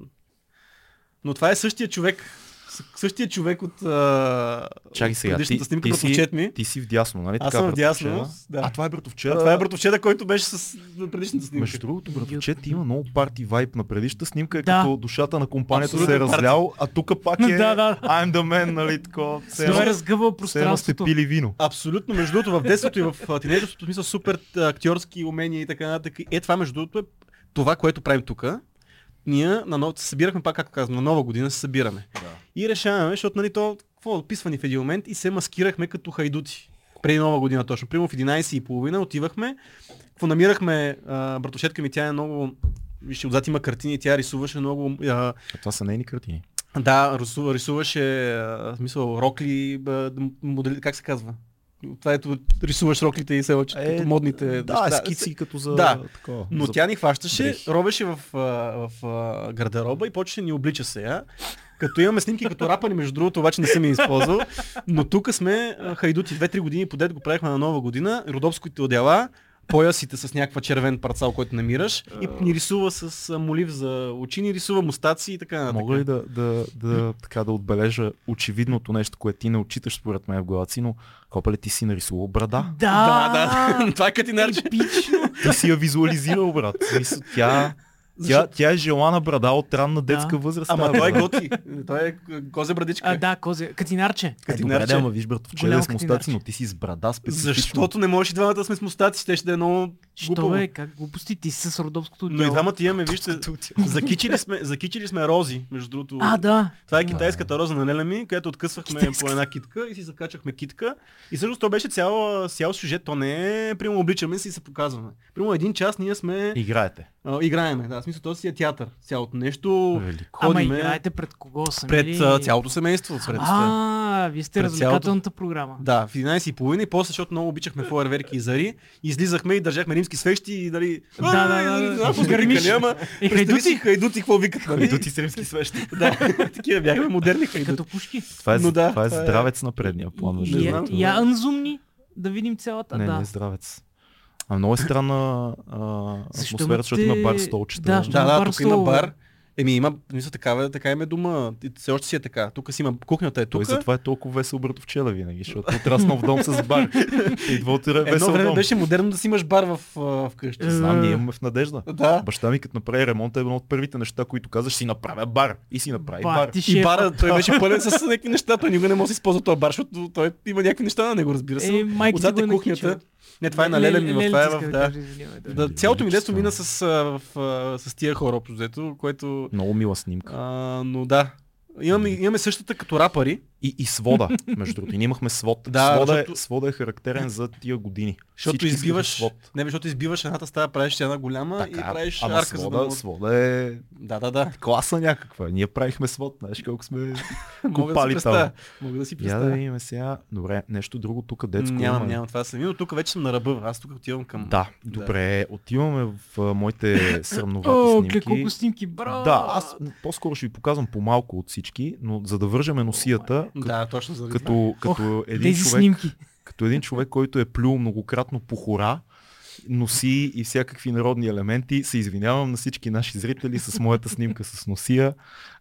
Но това е същия човек, с- същия човек от, а... Чакай от сега, ти, предишната снимка, ти, си, братовчет ми. ти си вдясно, нали? Аз така, съм вдясно, братовчеда? да. А това е А братовчеда. това е братовчета, който беше с предишната снимка. Между другото, братовчет има много парти вайб на предишната снимка, е Да. като душата на компанията Абсолютно се е парти. разлял, а тук пак е Да, да. I'm the man, нали? Такова. все Той е едно- разгъвал все едно сте пространството. пили вино. Абсолютно, между другото, в детството и в тинейджерството, в смисъл супер а, актьорски умения и така нататък. Е, това между другото е това, което правим тук. Ние на нов... се събирахме, пак както казвам, на нова година се събираме. И решаваме, защото нали то, какво, писвани в един момент и се маскирахме като хайдути. Преди нова година точно. Примерно в 11.30 отивахме, какво намирахме, а, братовчетка ми, тя е много... Вижте, отзад има картини, тя рисуваше много... А, А това са нейни картини. да, рисува, рисуваше, а, в смисъл, рокли, а, модели, как се казва? Това ето, рисуваш роклите и селочетата, е, модните. Да, скици като за Да. такова. Но за... тя е ни хващаше, дрехи. робеше в, а, в, в гардероба и почеше да ни облича сега. Като имаме снимки като рапани, между другото, обаче не съм я използвал. Но тук сме а, хайдути 2-3 години подед го правихме на нова година. Родопските одела, поясите с някаква червен парцал, който намираш и ни рисува с а, молив за очи, ни рисува мустаци и така нататък. Мога ли да, да, да, така да отбележа очевидното нещо, което ти не отчиташ според мен в главата си, но хопале ти си нарисувал брада. Да, Да, да. Това е катинарче. Епично. Ти си я визуализирал, брат. В смисъл, Тя, тя, тя е желана брада от ранна детска възраст. Ама тази той е брада. готи. Той е козе брадичка. А, да, козе. Катинарче. Е, добре, катинарче. да, ама виж, брат, вчера Голямо с мустаци, катинарче. но ти си с брада специфично. Защото не можеш и двамата да сме с мустаци, ще ще да е много Що глупаво. е, как глупости ти си с родовското Но и тяло. двамата имаме, вижте, закичили сме, закичили сме рози, между другото. А, да. Това е китайската роза на Леля ми, която откъсвахме Китайската. по една китка и си закачахме китка. И всъщност то беше цял, цял сюжет, то не е, прямо обличаме се и се показваме. Прямо един час ние сме, Е, Играете. а, играеме, да, в смисъл, то си е театър, цялото нещо, Велико. Ама ходиме играете пред кого сами пред ли? а, цялото семейство. Пред, А, вие сте Пред развлекателната програма. да, в 11.30 и после, защото много обичахме фойерверки и зари, излизахме и държахме римски свещи и нали, дали... Да, да, да, да. Гърмиш. И И хайдути, Е, хайдути. хайдути, какво викат, нали? Ето ти си римски свещи. Да, такива бяхме модерни хайдути. Като пушки. Това е, Но да, това е това е- здравец на предния план. между И- другото. и- Я анзумни. Да видим цялата. Не, да. не е здравец. А много е странна а, Защо атмосфера, защото имате- има бар столчета. Да, защото- Да, Има да, бар тук има стол. бар. Еми има, мисля, такава, така има дома. И Все още си е така. Тук си има, кухнята е Той тук. затова е толкова весел братовчела винаги, защото отраснал в дом с бар. Идва от Едно е весел време дом. беше модерно да си имаш бар в, а, вкъщи. Знам, ние имаме в надежда. Да. Баща ми като направи ремонта е едно от първите неща, които казаш си направя бар. И си направи бар. Бати И шефа. бара, той беше пълен с някакви неща, той никога не може да си използва този бар, защото той има някакви неща на него, разбира се. Е, майка Отзад ти е го кухнята. Не, това е на Леля ми, в това е в... Да. Да, Е, цялото ми детство мина с, а, в, а, с тия хора, общо взето, което... Много мила снимка. А, но да. Имаме, имаме същата като рапари. И, и свода, между другото. И ние имахме свод. Да, свода, е, защото- свода е характерен за тия години. Защото Всички искаха избиваш, свод. не, бе, защото избиваш едната стая, правиш една голяма и Така, правиш ама арка за да... свода, му- свода е Да, да, да. класа някаква. Ние правихме свод, знаеш колко сме Мога да си копали там. представя. Мога да си Я да представя. видим сега. Добре, нещо друго тук детско Нямам, има. нямам, това съм. Но тук вече съм на ръба. Аз тук отивам към... Да, добре, отиваме в а, моите О, срамновати снимки. колко снимки, бро. Да, аз по-скоро ще ви показвам по-малко от всички, но за да вържеме носията, Да, точно заради това. като, като, един Тези човек, снимки. като един човек, който е плюл многократно по хора, носи и всякакви народни елементи, се извинявам на всички наши зрители с моята снимка с носия.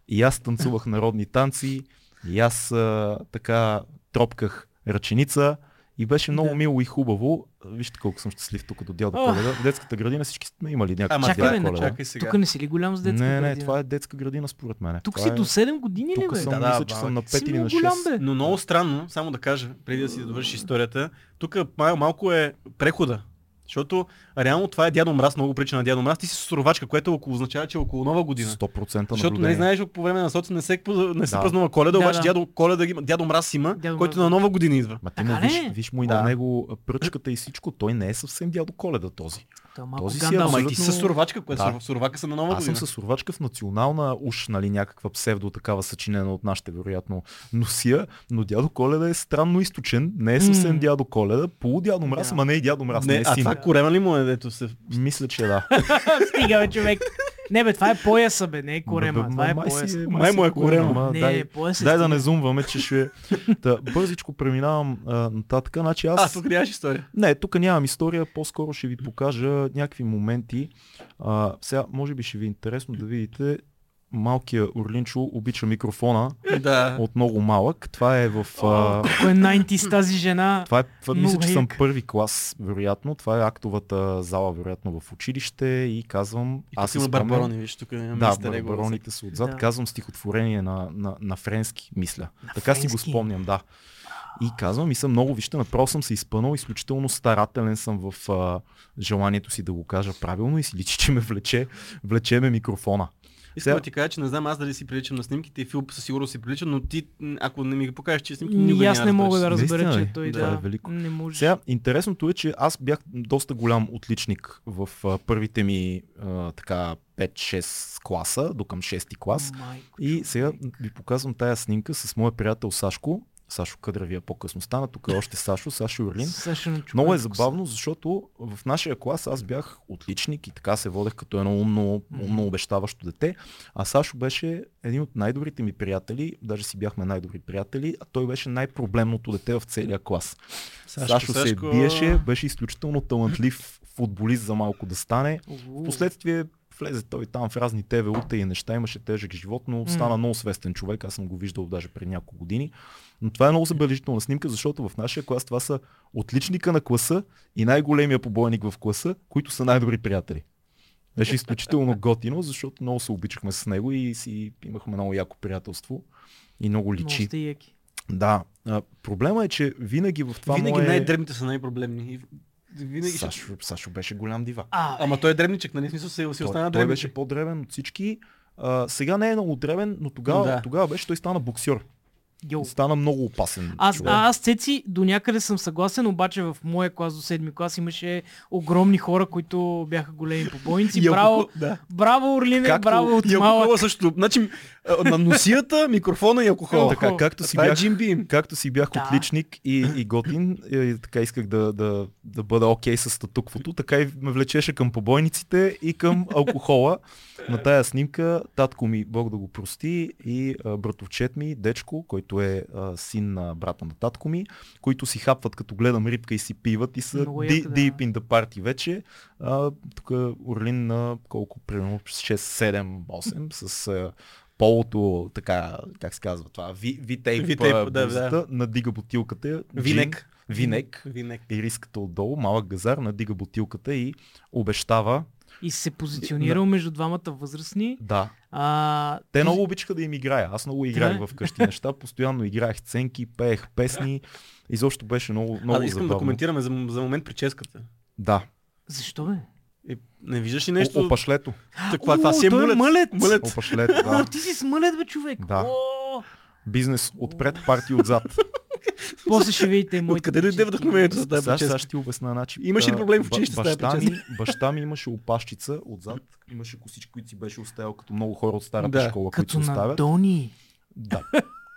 И аз танцувах народни танци, и аз а, така тропках ръченица. И беше много Да. мило и хубаво. Вижте колко съм щастлив тук до дял до Ох. коледа. В детската градина всички сме имали някакви Ама е Чакай, Дядо бе, на Коледа. чакай сега. Тук не си ли голям с детска Не, не, градина? това е детска градина според мен. Тук това си е... до 7 години ли, Тук бе? съм, Да, мисля, да, че съм бабе, на 5 Си или на много 6. голям, бе. Но много странно, само да кажа, преди да си довършиш историята, тук мал- малко е прехода. Защото реално това е дядо мраз, много прича на дядо мраз. Ти си суровачка, което около, означава, че е около нова година. 100% наблюдение. Защото не знаеш, по време на соц не се, не се Да. празнува коледа, Да, обаче да. дядо, коледа, ги има- дядо мраз има, Дядо който Мраз. на нова година идва. Ма ти Така му ли? виж, виж му и Да. на него а, пръчката и всичко. Той не е съвсем дядо Коледа този. Той е малко Този си е Гандалф. Ама и ти абсолютно- си с суровачка, която Да. да. суровака са на нова Аз съм година. със сурвачка в национална уж, нали, някаква псевдо такава съчинена от нашите, вероятно, носия, но дядо Коледа е странно източен, не е съвсем М. дядо Коледа, полу дядо мраз, Да. ама не и дядо мраз, не, не, е а син. това корема ли му е, дето се... Мисля, че е, да. Стига, бе, човек. Не, бе, това е пояса, бе, не е корема. Ма, Това е май си пояса. Май му е корема, корема. ама Не, дай- пояса. Дай да стига. не зумваме, че ще... е. Та, бързичко преминавам а, нататък. Значи аз... А, тук нямаш история. Не, тук нямам история, по-скоро ще ви покажа някакви моменти. А, сега, може би ще ви е интересно да видите малкия Орлинчо обича микрофона Да. от много малък. Това е в... А, Колко е 90 с тази жена. това е, това, мисля, Много че съм як. първи клас, вероятно. Това е актовата зала, вероятно, в училище и казвам... И аз си има спомням- барбарони, виж, тук имаме Да, мистер Его. барбароните са отзад. Ами, Да. Да. Казвам стихотворение на, на, на френски, мисля. На така си френски? го спомням, да. И казвам и съм много, вижте, направо съм се изпънал, изключително старателен съм в а, желанието си да го кажа правилно и си личи, че ме влече, влече ме микрофона. Искам Сега- да ти кажа, че не знам аз дали си приличам на снимките и Филп със сигурност си прилича, но ти, м, ако не ми ги покажеш, че снимки, М, никога и аз не мога да разбереш. разбера, Наистина ли? че той Това да, е велико. не може. Сега, интересното е, че аз бях доста голям отличник в а, първите ми а, така 5-6 класа, до към 6 клас. Майко, И сега ви показвам тая снимка с моя приятел Сашко. Сашо Кадравия по-късно стана. Тук е още Сашо, Сашо Юрлин. Саша на човек. Много е забавно, защото в нашия клас аз бях отличник и така се водех като едно умно, умно обещаващо дете, а Сашо беше един от най-добрите ми приятели, даже си бяхме най-добри приятели, а той беше най-проблемното дете в целия клас. Сашко, Сашо се Сашко. биеше, беше изключително талантлив футболист за малко да стане. Уу. Впоследствие влезе той там в разни ТВУ-та и неща, имаше тежък живот, но М. стана много свестен човек, аз съм го виждал даже преди няколко години. Но това е много забележителна снимка, защото в нашия клас това са отличника на класа и най-големия побойник в класа, които са най-добри приятели. Беше изключително готино, защото много се обичахме с него и си имахме много яко приятелство и много Много личи. сте яки. Да, а, проблема е, че винаги в това Винаги му е... най-дребните са най-проблемни. И Винаги ще... Сашо, Сашо беше голям дива. А, Ама той е дребничък, нали? В Смисъл се, се той, остана той дребничък. беше по-древен от всички. А, сега не е много древен, но тогава, Да. да. тогава беше, той стана боксер. йоу. е Стана много опасен. Аз, човек. а, аз Цеци до някъде съм съгласен, обаче в моя клас до седми клас имаше огромни хора, които бяха големи побойници. И ако- Браво, да. браво Орлине, Както- браво от И малък. алкохола също. Значи, а, на носията, микрофона и алкохола. така, както си Това е бях, Джим Бим. както си бях Да. отличник и, и готин, и, и така исках да, да, да бъда окей с статуквото, така и ме влечеше към побойниците и към алкохола. На тая снимка татко ми, Бог да го прости, и а, братовчет ми, дечко, който е а, син на брата на татко ми, които си хапват като гледам рибка и си пиват и са Много ди, яко, да. deep in the party вече. А, тук Орлин на колко, примерно 6-7-8 с а, полото, така, как се казва това, ви, витейп, Витейп, а, да, да. блузата, надига бутилката. джин, Винек. Винек. Винек. Ириската отдолу, малък газар, надига бутилката и обещава, И се позиционирал между двамата възрастни. да, А, Те ти- много обичаха да им играя. Аз много играх Да. в къщи неща. Постоянно играех сценки, пеех песни. Изобщо беше много, много а, искам забавно. да коментираме за, м- за момент прическата. Да. Защо бе? Е, не виждаш ли Нещо... нещо? О, опашлето. Таква, това си е той мулет. мълет. Мулет. Опашлето, О, да. ти си смълет, бе, човек. Да. О, Бизнес отпред, парти отзад. после ще видите и моите. Откъде дойде прически. вдъхновението за тази Сега сега прическа? ще ти обясна. Значи, Имаш ли а, проблем в ба- училище с тази баща ми, прическа? баща ми имаше опашчица отзад. Имаше косички, които си беше оставил като много хора от старата Да. школа, които Като си на оставят. Дони. Да.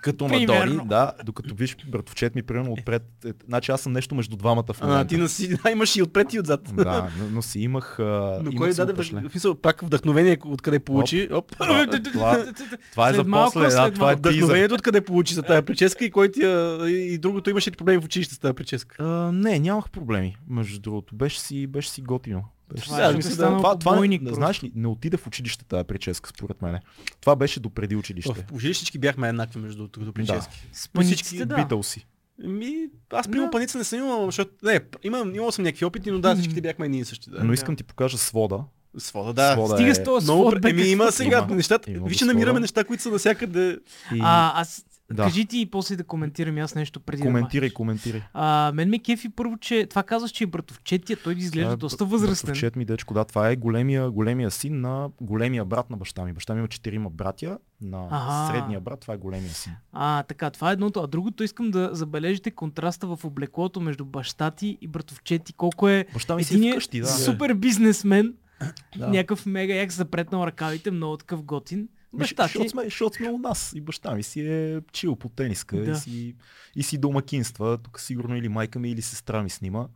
Като на Примерно. Дори, да, докато виж братовчет ми, примерно отпред. е, Значи аз съм нещо между двамата в момента. А, ти носи, да, имаш и отпред и отзад. Да, но, но си имах... А, Но имах кой си даде опашле. вдъх- в смисъл, пак вдъхновение, откъде получи? Оп. Това- това- Това е След за малко, после, да, след това е ти малко. за... Вдъхновението откъде получи за Е. тази прическа и, кой ти, я- и другото имаше ли проблеми в училище с тази прическа? А, не, нямах проблеми, между другото. Беше си, беше си готино. Беше Това е, си- защото мисля, е станал побойник не, просто. знаеш ли, не отида в училище тази прическа, според мене. Това беше допреди В училище. училище всички бяхме еднакви между другото като прически. С Всички паниците, да. битъл си. Ми, аз при Да. паница не съм имал, защото... Не, имам, имал съм някакви опити, но да, всичките бяхме едни и същи. Да. Но искам ти покажа свода. Свода, да. Свода Стига е- с този Много, свод, пр- бе, еми, какво има си? сега Има. нещата. Има Вижте, доста намираме хора. неща, които са навсякъде. И... А, аз да. кажи ти и после да коментирам и аз нещо преди коментирай, да махнеш. коментирай. а, мен ме кефи първо, че това казваш, че и братовчетия, той ги изглежда Това е доста б- възрастен. братовчет ми дечко, да, това е големия, големия син на големия брат на баща ми. Баща ми има четирима братя, на Аха. средния брат това е големия син. А, така, това е едното. А другото искам да забележите контраста в облеклото между баща ти и братовчети. Колко е Баща ми си е единият вкъщи, да. супер бизнесмен, да. някакъв мега як запретнал ръкавите, много такъв готин. Баща ти... Защото сме, защото сме у нас и баща ми си е чил по тениска Да. и, си, и си домакинства. Тук сигурно или майка ми, или сестра ми снима.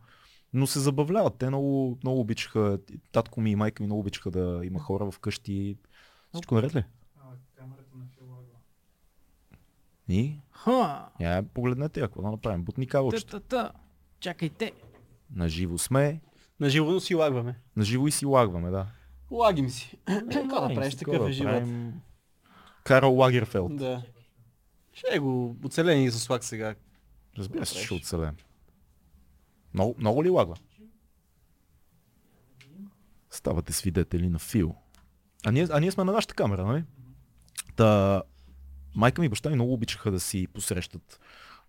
Но се забавляват. Те много, много обичаха, татко ми и майка ми много обичаха да има хора вкъщи. Всичко наред ли? И? Ха, Я, погледнете, я, какво да направим. Бутни кавалчета. та-та-та. Чакайте. На живо сме. На живо си лагваме. На живо и си лагваме, да. Лагим си. Какво да Правим правиш си, такъв какво е да живот? правим? Карл Лагерфелд. Да. Ще го оцелени с лак сега. Разбира се, Добре. ще оцелеем. Много, много ли лагва? Ставате свидетели на Фил. А ние, а ние сме на нашата камера, нали? Та, майка ми и баща ми много обичаха да си посрещат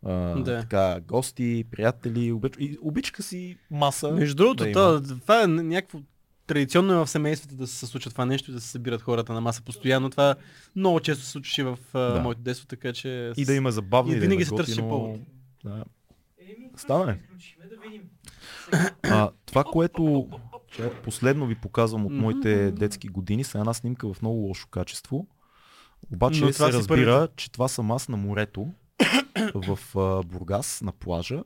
а, Да. да. така, гости, приятели, обич... и обичаха си маса. Между другото, да има. то, това е някакво традиционно е в семействата да се случва това нещо и да се събират хората на маса постоянно. Това много често се случваше в а, Да. моето детство, така че... И да има забавно. И да винаги има се търсеше готино. повод. Да. Еми, Става, бе. да видим. А, това, което че последно ви показвам от Мгм. моите детски години, са една снимка в много лошо качество. Обаче Но това се си разбира, че това съм аз на морето в а, Бургас, на плажа,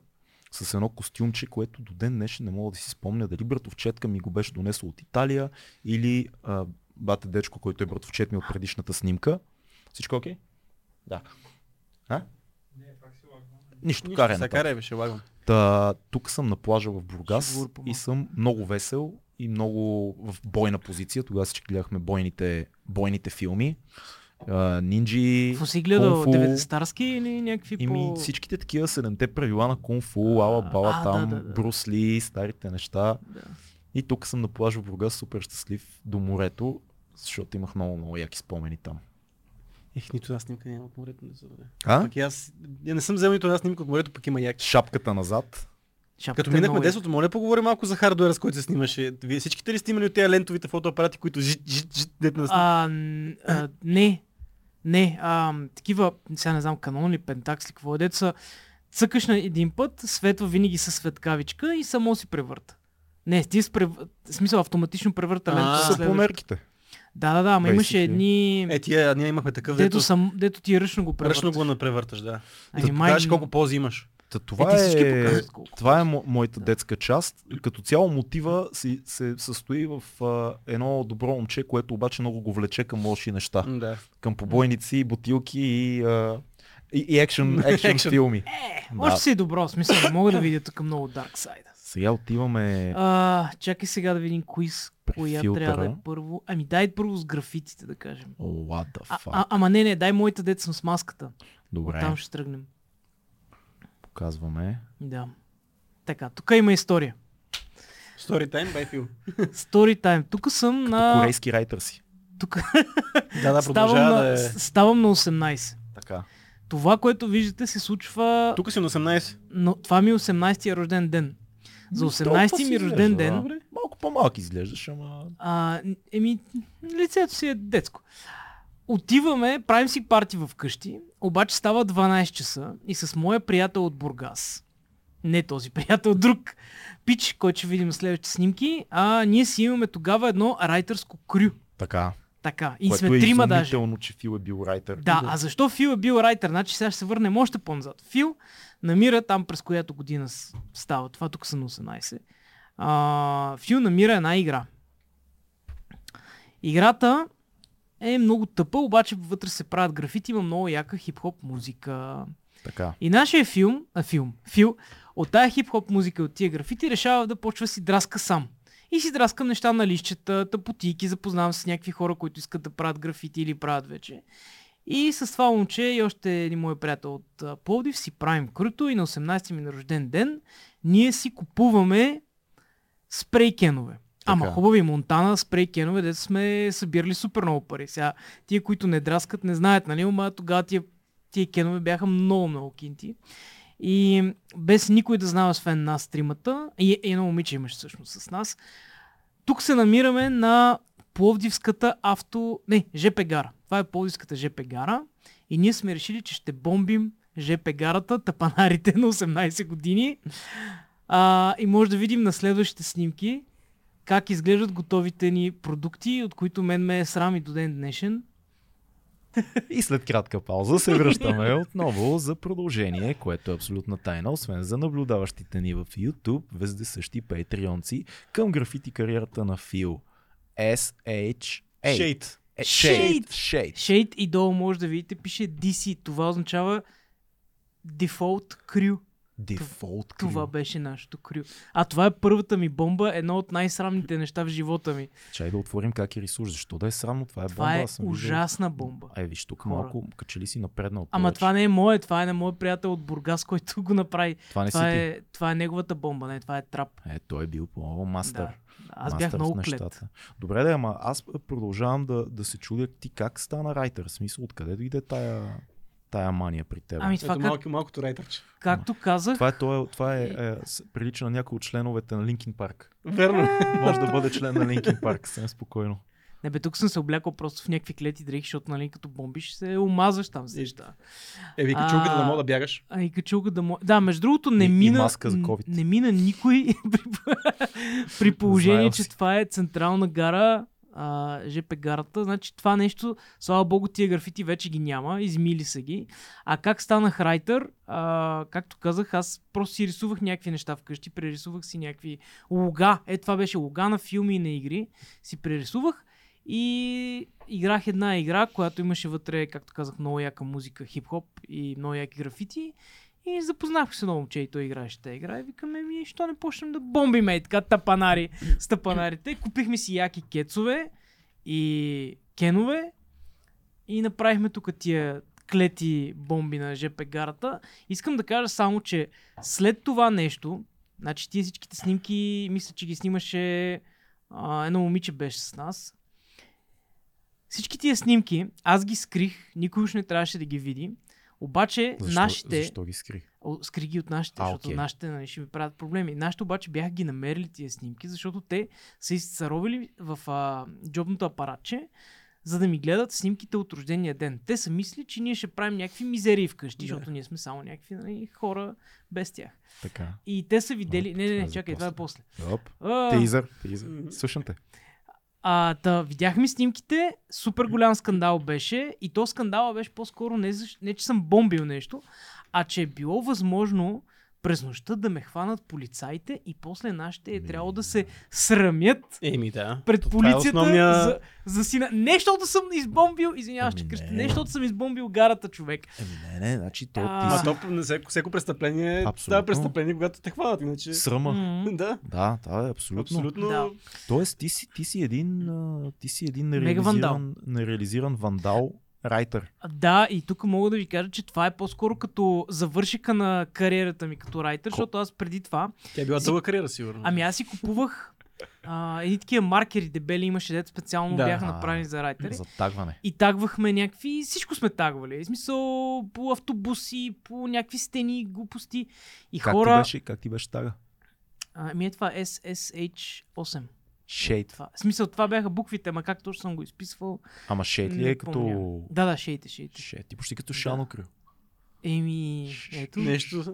с едно костюмче, което до ден днешен не мога да си спомня дали братовчетка ми го беше донесла от Италия или а, бате дечко, който е братовчет ми от предишната снимка. Всичко окей? Да. А? Нищо, Нищо, карай сега нататък. карай, беше лагам. Та, тук съм на плажа в Ще Бургас говоря по-малко. и съм много весел и много в бойна позиция. Тогава всички гледахме бойните, бойните филми. А, нинджи, Какво си гледал? кунг-фу. 90-тарски или някакви Ими по... всичките такива седемте правила на кунг-фу, ала бала а, да, там, да, да. Брус Ли, старите неща. Да. И тук съм на плаж в Бургас, супер щастлив до морето, защото имах много, много яки спомени там. Ех, нито една снимка няма от морето. Не знам, бе. А? Пък и аз я не съм взел нито една снимка от морето, пък има яки. Шапката назад. Шапката Като е минахме много десното, моля поговорим малко за хардуера, с който се снимаше. Вие всичките ли сте имали от тези лентовите фотоапарати, които жит, жит, жит, дете на А, н- а, не. Не. А, м, такива, сега не знам, канон ли, пентакс ли, какво е деца. Цъкаш на един път, светва винаги със светкавичка и само си превърта. Не, ти с прев... в смисъл автоматично превърта А, лента. А, Това със са следващ- планерките. Да, да, да, ама имаше Basically. едни... Е, тия, ние имахме такъв, Дето, дето, сам, дето ти е ръчно го превърта. ръчно го напревърташ, да. И Ами, да май- покажеш колко пози имаш. Та Е, това ти всички е... показват колко. Това е мо- моята детска част. Като цяло мотива си, се състои в а, едно добро момче, което обаче много го влече към лоши неща. М, Да. Към побойници, бутилки и, а, и, и екшен, екшен Екшен. филми. Е, Да. още си е добро, в смисъл не мога да видя тук много Dark Side. Сега отиваме... А, чакай сега да видим кои с При коя Е. филтъра. трябва да е първо. Ами дай първо с графитите да кажем. Oh, what the А, fuck. а, ама не, не, дай моята дет съм с маската. Добре, Там ще тръгнем. показваме. Да. Така, тук има история. Story time by Phil. Story time. Тук съм На... на... Корейски райтър си. Тук Да, да, ставам, продължава на... да е. с- ставам на 18. Така. Това, което виждате, се случва... Тук си на 18. Но това ми е 18-я рожден ден. За Ми, 18-ти Ами, толкова ми е си рожден изглежда, да. ден, Добре. Малко по-малък изглеждаш, ама... а, еми, лицето си е детско. Отиваме, правим си парти вкъщи, обаче става 12 часа и с моя приятел от Бургас, не този приятел, друг пич, който ще видим в следващите снимки, а ние си имаме тогава едно райтърско крю. Така. Така. И което сме е трима даже. изумително, че Фил е бил райтър. Да, а защо Фил е бил райтер? Значи сега ще се върнем още по-назад. Фил намира там през която година с- става. Това тук са на 18. А, Фил намира една игра. Играта е много тъпа, обаче вътре се правят графити, има много яка хип-хоп музика. Така. И нашия филм, а филм, Фил, от тая хип-хоп музика и от тия графити решава да почва си драска сам. И си драскам неща на лищета, тъпотийки, запознавам се с някакви хора, които искат да правят графити или правят вече. И с това момче и още един мой приятел от а, Пловдив си правим круто и на 18 ми на рожден ден ние си купуваме спрейкенове. Ама Така. хубави Монтана, спрейкенове, дето сме събирали супер много пари. Сега тия, които не драскат, не знаят, нали? Ама тогава тия, тия кенове бяха много-много кинти. И без никой да знае, освен нас тримата, и едно момиче имаше всъщност с нас, тук се намираме на Пловдивската авто... Не, ЖП гара. Това е Пловдивската ЖП гара. И ние сме решили, че ще бомбим ЖП гарата, тапанарите на 18 години. А, и може да видим на следващите снимки как изглеждат готовите ни продукти, от които мен ме е срам и до ден днешен. И след кратка пауза се връщаме отново за продължение, което е абсолютна тайна, освен за наблюдаващите ни в YouTube, вездесъщи патреонци, към графити кариерата на Фил. S-H... Shade. Е, Shade. Shade. Shade. Shade и долу може да видите, пише DC. Това означава Default Crew. Default crew. Това беше нашето крю. А това е първата ми бомба, едно от най-срамните неща в живота ми. Чай да отворим как е ресурс. Защо да е срамно? Това е Това бомба. е аз съм виждал. ужасна бомба. Ай, виж, тук Хора. малко качели си напреднал. Ама повече. това не е мое, това е на моят приятел от Бургас, който го направи. това не Това Нали си е, това е неговата бомба, не, това е трап. ти. Е, той е бил по-мастър. Да. Аз бях Мастър в много клет. нещата. Добре, да, ама аз продължавам да, да се чудя ти как стана райтер. В смисъл, откъде дойде тая, тая мания при теб? Ами това, Ето, как, малко, малкото райтърче. както казах, Това е, това е, това е, е с- прилича на някой от членовете на Линкин Парк. Верно. Може да бъде член на Линкин Парк, съвсем спокойно. не бе, тук съм се облякал просто в някакви клети дрехи, защото нали като бомбиш се омазваш там се Нищо. неща. Е, вика, А. чулката да мога да бягаш. А и качулка да му... Да, между другото не И- и мина... маска за н- COVID. Не мина никой при, при положение, Знаел че си. това е централна гара, а, ЖП гарата. Значи това нещо, слава богу, тия графити вече ги няма, измили са ги. А как станах райтър, а, както казах, аз просто си рисувах някакви неща вкъщи, прерисувах си някакви луга. Е, това беше луга на филми и на игри. Си прерисувах и играх една игра, която имаше вътре, както казах, много яка музика, хип-хоп и много яки графити. И запознах се с едно момче и той играеше тази игра и викаме ми, що не почнем да бомбиме и така тапанари с тапанарите. Купихме си яки кецове и кенове и направихме тук тия клети бомби на ЖП гарата. Искам да кажа само, че след това нещо, значи тия всичките снимки, мисля, че ги снимаше а, едно момиче беше с нас. Всички тия снимки аз ги скрих, никой уж не трябваше да ги види. Обаче Защо, нашите... защо ги скри? О, скри ги от нашите, А, а, защото окей. нашите нали, ще ми правят проблеми. Нашите обаче бях ги намерили тия снимки, защото те са изцаровили в а, джобното апаратче, за да ми гледат снимките от рождения ден. Те са мисли, че ние ще правим някакви мизерии вкъщи, Да. защото ние сме само някакви нали, хора без тях. Така. И те са видели... Оп, не, не, това е не, за чакай, това е после. Оп. А, Тейзър, тейзър. Мгм. Слушам те. А, та, видяхме снимките, супер голям скандал беше и то скандала беше по-скоро не, защ... не че съм бомбил нещо, а че е било възможно през нощта да ме хванат полицаите и после нашите е Ми. трябвало да се срамят Еми, да. пред То това е полицията основния- за, за сина. Не, защото съм избомбил, извиняваш, че Ами кръща, не. не, защото съм избомбил гарата, човек. Еми, не, не, значи то А. ти Ма си Абсолютно. то не, всяко, всяко престъпление Абсолютно. става престъпление, когато те хванат. Иначе... срама. М. Да, Да, да, абсолютно. абсолютно. Да. Тоест, ти си, ти си един, а, ти си един Мега нереализиран, вандал. нереализиран вандал, райтър. Да, и тук мога да ви кажа, че това е по-скоро като завършика на кариерата ми като райтер, защото аз преди това Тя е била дълга кариера, сигурно. Ами аз си купувах а, едни такива маркери дебели имаше дет специално Да. бяха А, направени за райтери. За тагване. И тагвахме някакви, всичко сме тагвали. В смисъл по автобуси, по някакви стени, глупости. И Как, ти хора... беше, как ти беше тага? А, ми е това SSH8. Шейт. Това. В смисъл това бяха буквите, ма как точно съм го изписвал. Ама шейт ли не е като... помня. Да, да, е, шейте, шейте. Шейт. Ти почти като Шано Крю. Еми, ето. Нещо.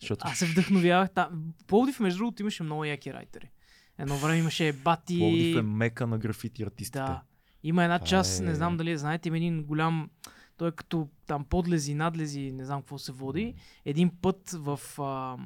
Защото Аз се вдъхновявах там. В Пловдив, между другото, имаше много яки райтери. Едно време имаше бати. Пловдив е мека на графити артистите. Да. Има една Това част, е- не знам дали я знаете, има един голям, той е като там подлези, надлези, не знам какво се води. Един път в а,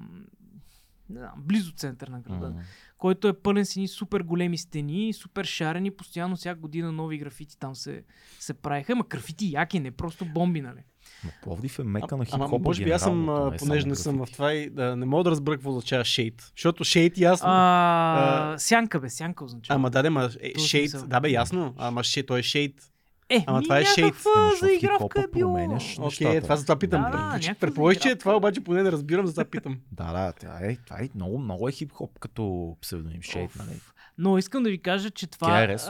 не знам, близо център на града, М. който е пълен с едни супер големи стени, супер шарени, постоянно всяка година нови графити там се, се правиха. Ма графити яки, не просто бомби, нали? Но Пловдив е мека на хип-хопа. Ама може би аз съм, генерално, а, то е само понеже не съм в графити. това и да, не мога да разбера какво означава шейд. Защото шейд ясно. А... А, сянка бе, сянка означава. Ама да, да, ма, е, Този шейд, смисъл. да бе, ясно, ама ше, той е шейд. е, ама ми това е шейд. някаква Ама защото заигравка е хип-хопа било. променяш. Окей, е, Нещата. това за това питам. Да, да, Предполож- някаква Предположи, че е заигравка. това, обаче поне не разбирам, за това питам. Да, да, това е, това е много, много е хип-хоп като псевдоним шейт, Оф. нали? Но искам да ви кажа, че това... KRS-One.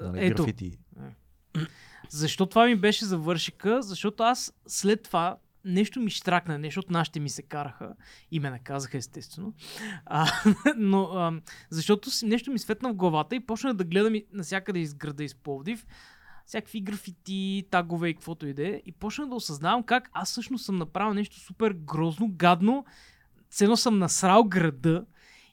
а, нали ето, графити. Защо това ми беше завършика? Защото аз след това нещо ми штракна, не, защото нашите ми се караха и ме наказаха естествено. А, но а, защото си- нещо ми светна в главата и почнах да гледам и- навсякъде из града, из Пловдив, всякакви графити, тагове и каквото и да е. И почнах да осъзнавам как аз всъщност съм направил нещо супер грозно, гадно. С едно съм насрал града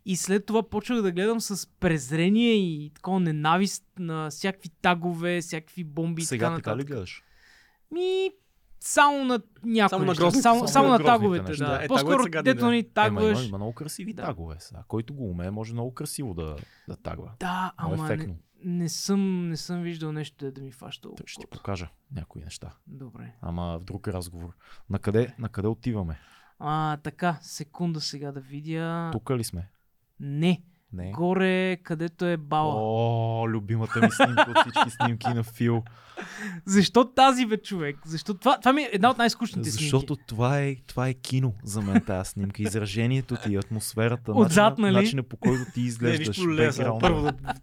и след това почнах да гледам с презрение и такова ненавист на всякакви тагове, всякакви бомби и Сега така така ли нататък. гледаш? Ми, само на някои Само на само неща. грозните, само, само само, на на грозните таговете, неща. да. Е, По-скоро таговете са гадни, дето нали, да. ни Ема, има, тагваш. има много красиви Да. тагове. Сега. Който го умее, може много красиво да, да тагва. Да, Много ама не, ефектно. не, съм, не съм виждал нещо да- да ми фаща Та Ще ти окото. покажа някои неща. Добре. Ама в друг разговор. На къде, на къде отиваме? А, така, секунда сега да видя. Тук ли сме? Не, Не. горе, където е бала. О, любимата ми снимка от всички снимки на Фил. Защо тази бе, човек? Защо това, това ми е една от най-скучните снимки. Защото това е, това е кино за мен тази снимка. Изражението ти, атмосферата, Отзад, начина, нали? начина по който ти Не, виж изглеждаш. проблема. бекграунда. Първо да...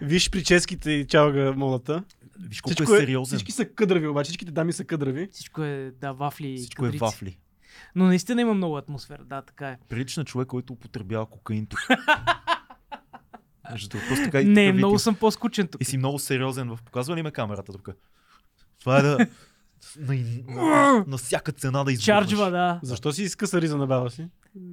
Виж прическите и чалга модата. Виж колко е сериозен. Всички са къдрави, обаче всичките дами са къдрави. Всичко е, да, вафли и Всичко е кадрици. вафли. Но наистина има много атмосфера, да, така е. Прилича на човек, който употребява кокаин тук. Между другото, просто така и не, тук много викам. съм по-скучен тук. И си много сериозен в показва ли ме камерата тук? Това е да... На, на, на всяка цена да избухнеш. Чарджва, да. Защо си иска сариза на баба си?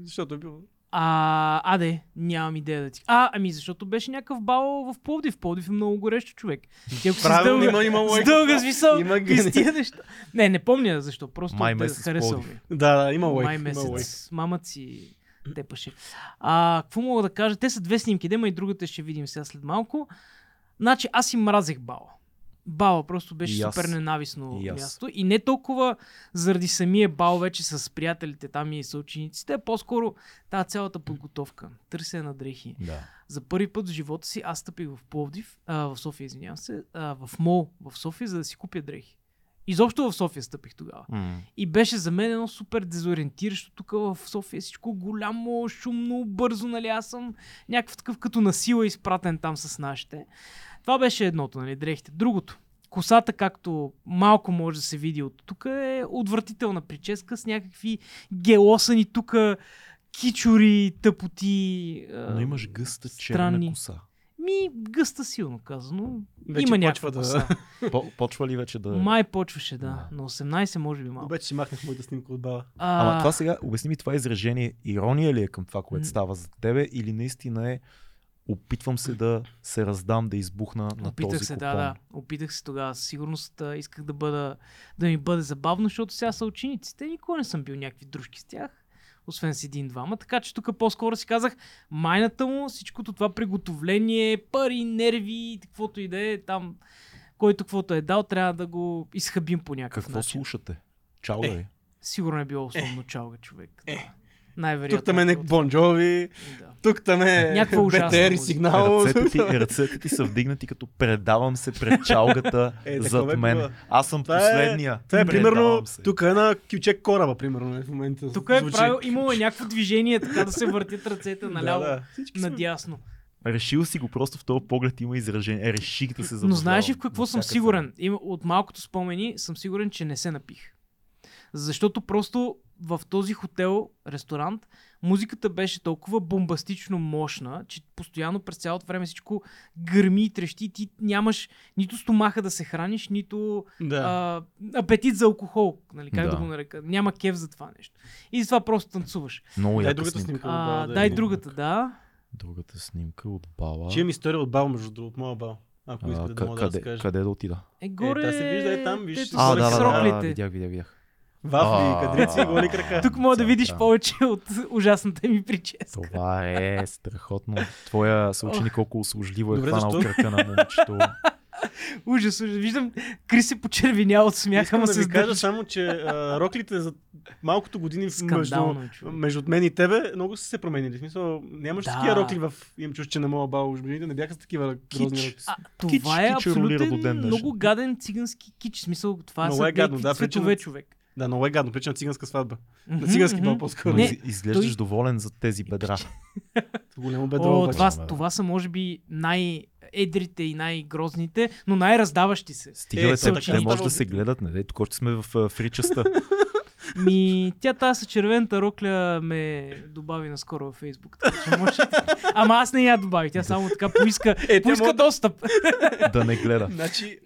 Защото е било. А, а де, нямам идея да ти. А, ами защото беше някакъв бал в Пловдив. Пловдив е много горещо човек. Ти ако си с Правилно, дълга, има- има с логика. дълга с висок, Има и с тия неща. Не, не помня защо. Просто Май те месец харесал Пловдив. ми. Да, да, има лайк. Май месец. Мамът си тепаше. А, какво мога да кажа? Те са две снимки. Дема и другата ще видим сега след малко. Значи аз си мразех бала. Бала просто И беше аз. супер ненавистно И аз. място. И не толкова заради самия бал вече с приятелите там и съучениците, а по-скоро тази цялата подготовка. Търсене на дрехи. Да. За първи път в живота си аз стъпих в Пловдив, а, в София, извинявам се, а, в Мол, в София, за да си купя дрехи. Изобщо в София стъпих тогава. М. И беше за мен едно супер дезориентиращо. Тук в София е всичко голямо, шумно, бързо, нали? Аз съм някакъв такъв като насила изпратен там с нашите. Това беше едното, нали? Дрехите. Другото. Косата, както малко може да се види от тук, е отвратителна прическа с някакви гелосани тук кичури, тъпоти. а, Но имаш гъста черна странни. коса. Ми, гъста силно казано. Вече Има почва някаква да- коса. По- Почва ли вече да... Май почваше, да. На 18 може би малко. Обаче си махнах моята снимка от баба. А, Ама това сега, обясни ми това изражение, ирония ли е към това, което М. става за тебе или наистина е опитвам се да се раздам, да избухна на Опитах този се, купон. да, да. Опитах се тогава. Със сигурност а, исках да бъда, да ми бъде забавно, защото сега са учениците. Никога не съм бил някакви дружки с тях, освен с един-двама. Така че тук по-скоро си казах, майната му, всичкото това приготовление, пари, нерви, каквото и да е там, който каквото е дал, трябва да го изхъбим по някакъв Какво начин. слушате? Чао е. Сигурно е било основно чалга човек. Да. Тук Най-вероятно. там е било нек Бонджови, това. Да. тук там е Някаква ужасна БТР и музика. сигнал. Е, Ръцете ти, ръцете ти са вдигнати като предавам се пред чалгата Е, такова е зад мен. било. Аз съм Това е- последния. Това е Предавам примерно, се. тук е на кючек кораба, примерно, е в момента. Тук е звучи. правил, имало е някакво движение, така да се въртят ръцете Да, наляво, да. Всички сме- надясно. Решил си го просто в този поглед има изражение. Е, реших да се заблуждавам. Но знаеш ли в какво На съм всяка сигурен? Има, от малкото спомени съм сигурен, че не се напих. Защото просто в този хотел, ресторант, музиката беше толкова бомбастично мощна, че постоянно през цялото време всичко гърми и трещи. Ти нямаш нито стомаха да се храниш, нито Да. а, апетит за алкохол. Нали, как да. Да. го нарека? Няма кеф за това нещо. И затова просто танцугаш. цена. Много Дай яка другата снимка. снимка. от баба, А, да е да, и видим. другата, да. Другата снимка от Бала. Ще имам история от бал, между другото, от моя бал. Ако А, искате да мога да къде, разкажа. къде да отида? Е, горе. та се вижда, е там, виж, дето А, са да, да, да, сроклите. видях, видях, видях. Вафли, А, кадрици, а, голи крака. Тук мога да Цял видиш край. повече от ужасната ми прическа. Това е страхотно. Твоя съученик колко услужливо е Добре, хванал защо? кръка на момчето. Ужас, ужас. Виждам, Крис се почервеня от смяха, Искам ма да се ви кажа сдържа. само, че а, роклите за малкото години в- между, Скандално е, човек. между мен и тебе много са се променили. В смисъл, нямаш Да. такива рокли в им чуш, че на моя бал уж не бяха с такива грозни рокли. А, Кич, това е кич ролира до ден абсолютен днешен. много гаден цигански кич. В Смисъл, това Много са е гадно, някакви да, цветове причина- човек. Да, много е гадно, причина на циганска сватба. На Мгм, цигански мгм. бал по-скоро. Но Не, из- изглеждаш той- доволен за тези бедра. Е, Голямо бедро. О, е обаче. това, Ама, да. това са може би най-едрите и най-грозните, но най-раздаващи се. Стига да Е, те, така те може става да се обидно. гледат. Не, дей, тук още сме в а, фричеста. Ми, тя тази с червената рокля ме добави наскоро във Фейсбук. така че може- Ама аз не я добавих, тя само така поиска, Е, тя поиска може да- достъп. да не гледа. Значи,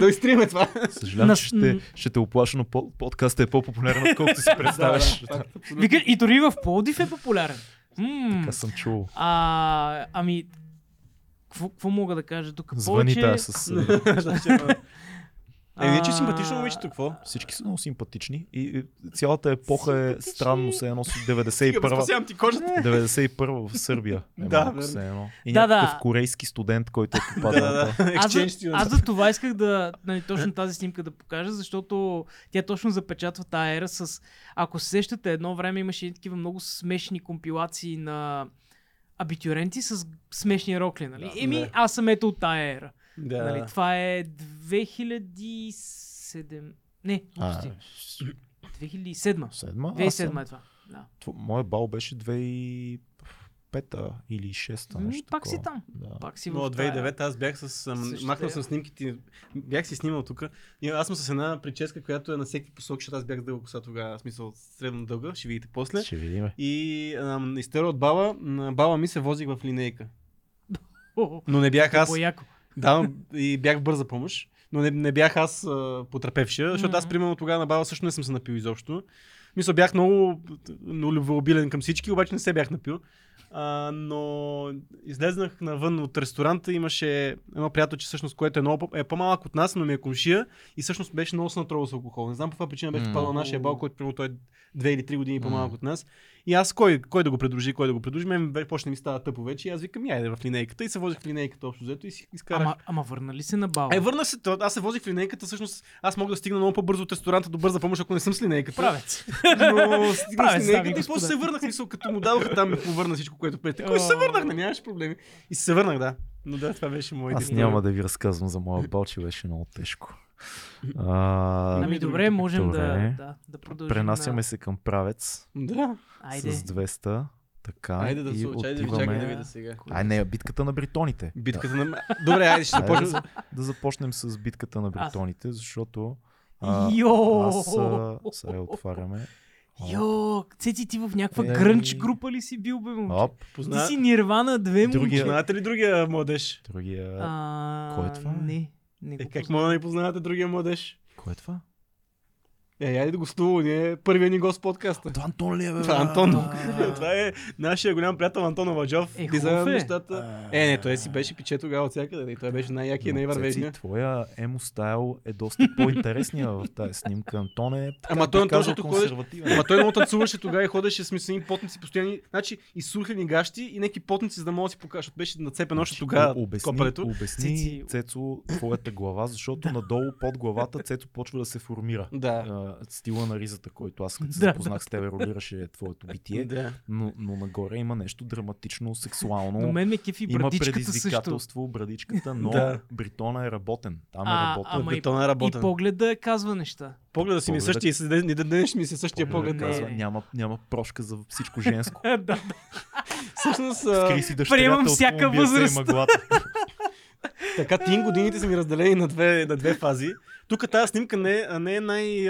да изтриме това. Съжалявам, Нас- че ще, ще те оплаша, но по- подкастът е по-популярен, отколкото си представяш. Да, да, факт, абсолютно. Вика, и дори в Пловдив е популярен. М, Аз съм чул. а, ами, какво мога да кажа тук? Звъни Повече- тази с... е, а, Значи, ама- Е, не, че А, симпатично момичето, какво? Всички са много симпатични и и цялата епоха е странно, се едно си 91-а. Спасявам ти кожата. 91 в Сърбия. Е Да, малко верно. все едно. И Да, да. някакъв корейски студент, който е Да, попадал. да, да. Аз за, Exchange нали? student. аз за това исках да, нали, точно тази снимка да покажа, защото тя точно запечатва тази ера с... Ако се сещате, едно време имаше едни такива много смешни компилации на абитюренти с смешни рокли, нали? Да, Еми, да. аз съм ето от тая ера. Да, Нали? да. Това е 2007... Не, А, отпусти. 2007. седма? Аз съм- 2007 е това. Да. Тво- Моя бал беше 2000... пета или 6-та Ами, нещо. пак си такова. там. Да. Пак си Но в тая- 2009 аз бях с... ам, Същата махнал я. съм снимките. Бях си снимал тук. И аз съм с една прическа, която е на всеки посок, защото аз бях с дълга коса тогава, в смисъл средно дълга, ще видите после. Ще видим. И ам, изтера от баба, на баба ми се возих в линейка. О, о, Но не бях аз. какво яко. Да, и бях в бърза помощ. Но не, не бях аз а, потерпевшия, защото аз Мгм. примерно тогава на баба също не съм се напил изобщо. Мисля, бях много много любвеобилен към всички, обаче не се бях напил. А, но излезнах навън от ресторанта, имаше едно приятелче, всъщност, което е, много, по- е по-малък от нас, но ми е комшия и всъщност беше много се натровал с алкохол. Не знам по каква причина беше М. попадал на нашия бал, който примерно той е две или три години М. по-малък от нас. И аз кой, кой да го придружи, кой да го придружи, мен бе- почна ми става тъпо вече и аз викам, я в линейката и се возих в линейката общо взето и си изкарах. Ама, ама върна ли се на бал? Е, върна се, то- аз се возих в линейката, всъщност аз мога да стигна много по-бързо от ресторанта до бърза помощ, ако не съм с линейката. Правец. Но Праве, стигнах дами с и линейката и господа. после се ами, върнах, мисъл, като му даваха там ми повърна всичко, което пред. Кой се О. върнах, не нямаше проблеми. И се върнах, да. Но да, това беше моят. Аз един няма проблем. да ви разказвам за моя бал, че беше много тежко. А, Ами добре, можем да, Добре. да, да продължим. пренасяме на- се към правец Да. Айде. с 200. Така. Айде да и се очай да ви отиваме... чакай да видя сега. Ай, не, битката на бритоните. Битката на... Добре, айде ще Да, айде да, започнем. да започнем с битката на бритоните, защото а, Йо! аз а, сега я отваряме. Оп, Йо, Цеци, ти в някаква Еми. грънч група ли си бил, бе, момче? Е. Оп, Ти Позна... си Нирвана две Другия- момче. Познавате ли другия младеж? другия... А, Кой е това, бе? Не, не Е, го как познавам. мога да не познавате другия младеж? Кой е това? Е, айде да гостува, ние е първият ни гост в подкаста. Това Антон ли е, бе? Това бе? е Антон. А. Това е нашия голям приятел Антон Аваджов. Е, Дизайнер хубав на е. нещата. Е, не, той си беше пиче тогава от всякъде. Не? Той беше най-якия, Но, най-вървежния. Цеци, Твоя емо стайл е доста по-интересния в тази снимка. Антон е така, Ама той бих Антон, казал, защото ходиш- консервативен. Ама той много танцуваше тогава и ходеше с мислени потници постоянни, значи и сухлени гащи и някакви потници, за да могат да си покажат. Защото Беше нацепен още тогава Значи, обясни, копането. обясни Цеци- Цецо твоята глава, защото надолу под главата Цецо почва да се формира. Да. А, стила на ризата, който аз като се Да. запознах с тебе, ролираше твоето битие, Да. но, но нагоре има нещо драматично, Но сексуално. мен ме кефи Има брадичката също. предизвикателство, брадичката, но Да. Бритона е работен. Там е А, работен. ама и- Бетона е И работен. погледа казва неща. Погледа си ми е Погледът- същия и се- и до днес ми се същия Погледа поглед. не. казва, няма, няма прошка за всичко женско. Да, да. Всъщност, а, Скри си дъщерята Приемам от всяка Колумбия, се възраст. Има глата. Така, тин годините са ми разделени на две, на две фази. Тук тази снимка не, е- не е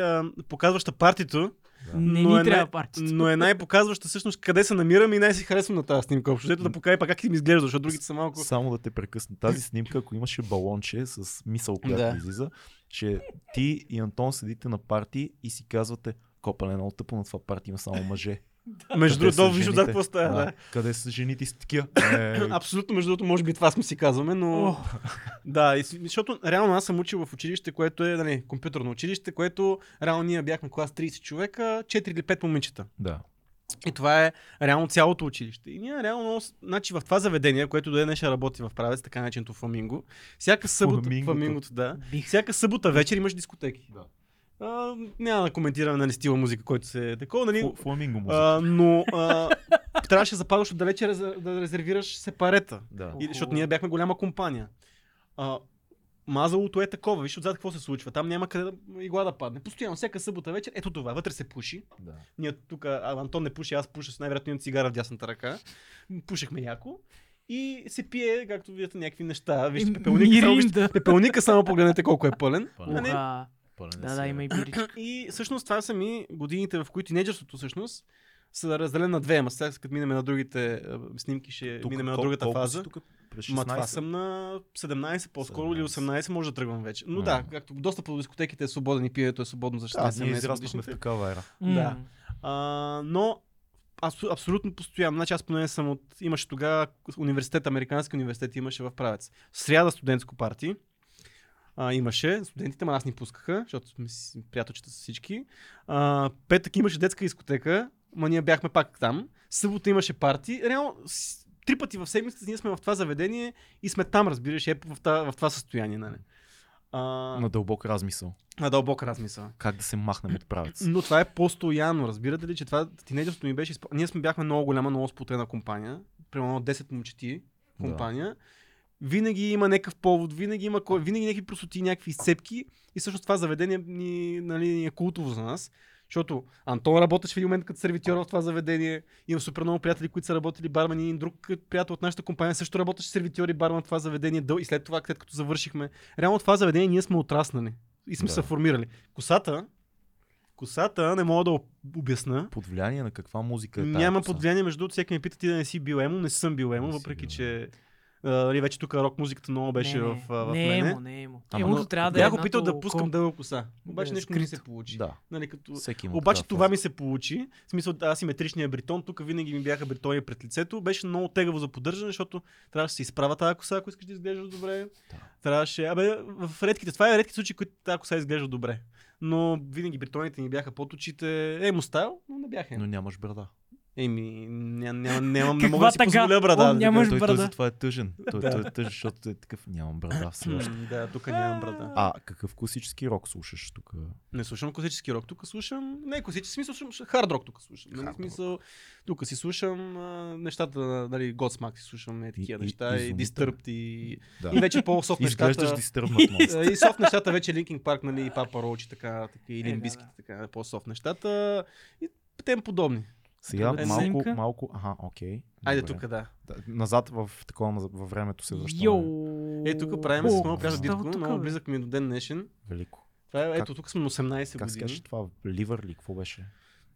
най-показваща партито, Не Но е ни най- трябва партито. но е най-показваща всъщност къде се намирам и най-си харесвам на тази снимка. Общо взето да покажа пак как ми изглежда, защото другите са малко... Само да те прекъсна. Тази снимка, ако имаше балонче с мисъл, която Да. излиза, че ти и Антон седите на парти и си казвате, копане много тъпо на това парти има само мъже. Между Къде са другото, виж отзад жените? какво става. Да. Къде са жените с такива? Е, Абсолютно, между другото, може би това сме си казваме, но... О. Да, и с- защото реално аз съм учил в училище, което е нали, компютърно училище, което реално ние бяхме клас 30 човека, 4 или 5 момичета. да. И това е реално цялото училище. И ние реално, много с- значи в това заведение, което до днес ще работи в правец, така нареченото Фламинго, всяка събота, Фламингото. фламингото. фламингото, да, Бих всяка събота вечер имаш дискотеки. Да. А, няма да коментираме нали, стила музика, който се е такова. Нали, Фл- Фламинго му. а, но а, трябваше западащо далече резер- да резервираш сепарета. Да. И, Оху. защото ние бяхме голяма компания. А, мазалото е такова. Виж отзад какво се случва. Там няма къде да игла да падне. Постоянно, всяка събота вечер, ето това, вътре се пуши. да. Ние тук, а, Антон не пуши, аз пуша с най-вероятно имам цигара в дясната ръка. Пушехме яко. И се пие, както виждате, някакви неща. Вижте, М- пепелника, само, вижте, миринда. пепелника Е, само погледнете колко е пълен. Пълен. А не, Ура. Пълен е Да, да, сега. има и бирички. и всъщност това са ми годините, в които тинейджерството всъщност са разделен на две, ама сега като минем на другите а, снимки, ще Тук минем на кол- другата колко си фаза. Тук, През Ма това 16? съм на 17 по-скоро или 17. 18, може да тръгвам вече. Но да, М. както доста по дискотеките е свободен и пието е свободно за 16 Да, ние 17 израснахме в годишните. такава ера. Да. М. А, но абсу, абсолютно постоянно. Значи аз поне съм от... Имаше тогава университет, американски университет имаше в правец. Сряда студентско парти. А, имаше. Студентите ма нас ни пускаха, защото сме си приятелчета с всички. А, петък имаше детска дискотека, ма ние бяхме пак там. Събота имаше парти. Реално с- три пъти в седмицата ние сме в това заведение и сме там, разбираш, е в, та, в това състояние. Нали? А, На дълбок размисъл. на дълбок размисъл. Как да се махнем от правец. Но това е постоянно, разбирате ли, че това тинейджерството ми беше... изпо- Ние сме бяхме много голяма, много сплотена компания, примерно 10 момчети компания. Винаги има някакъв повод, винаги има кой, винаги някакви просоти, някакви изцепки и всъщност това заведение ни, нали, ни е култово за нас. Защото Антон работеше в един момент като сервитьор в това заведение. Имам супер много приятели, които са работили бармани. Един друг приятел от нашата компания също работеше сервитьор и барман в това заведение. дъл- И след това, след като завършихме. Реално това заведение ние сме отраснали. И сме Да. се формирали. Косата, косата не мога да об- обясна. Под влияние на каква музика е тая Няма коса? под влияние, между другото, всеки ме пита ти да не си бил емо, не съм бил емо, Не си въпреки бил че а, нали, вече тук рок музиката много беше не, в, а, в не, е мене. Емо, не емо. Ама, Емото но- трябва да е Бях еднато опитал да пускам кон- дълга коса, обаче да е нещо не ми се скрито. получи. Да. Нали, като... Всеки има Обаче такава това фаза. ми се получи. В смисъл, асиметричният бритон, тук винаги ми бяха бритони пред лицето. Беше много тегаво за поддържане, защото трябваше да се изправя тази коса, ако искаш да изглеждаш добре. Да. Трябваше. Абе, в редките. Това е редки случаи, които тази коса изглежда добре. Но винаги бритоните ни бяха под очите. Емо стайл, но не бяха. Но нямаш брада. Еми, ня, ня, нямам, не Каква мога да си тъга? позволя брада. О, да нямаш той, той брада. затова е тъжен. Той, той е тъжен, защото е такъв. Нямам брада все кажа. още. М, Да, тук нямам брада. А какъв класически рок слушаш тук? Не слушам класически рок, тук слушам... Не, класически смисъл, слушам хард рок тук слушам. Нали, Хард смисъл, тук си слушам а, нещата, нали, Godsmack си слушам, е, такива И- и- неща, и, изумително. Disturbed, и, Да. и вече по-софт Изглеждаш нещата. дистърбнат много. А, и софт нещата вече Linkin Park, нали, и Papa Roach, и така, така и Е, да, Лимбиските, така, по-софт нещата. И тем подобни. Сега Добре. малко, Снимка. малко. Ага, окей. Айде Добре. тук, да. Да, Назад в такова във времето се връщаме. Йоу. Е, тук правим, с много кажа, какво Дитко, става тук, много бе? близък ми е до ден днешен. Велико. Това е, Как- ето, тук сме на 18 Как се години. каже това? Ливър ли? Какво беше?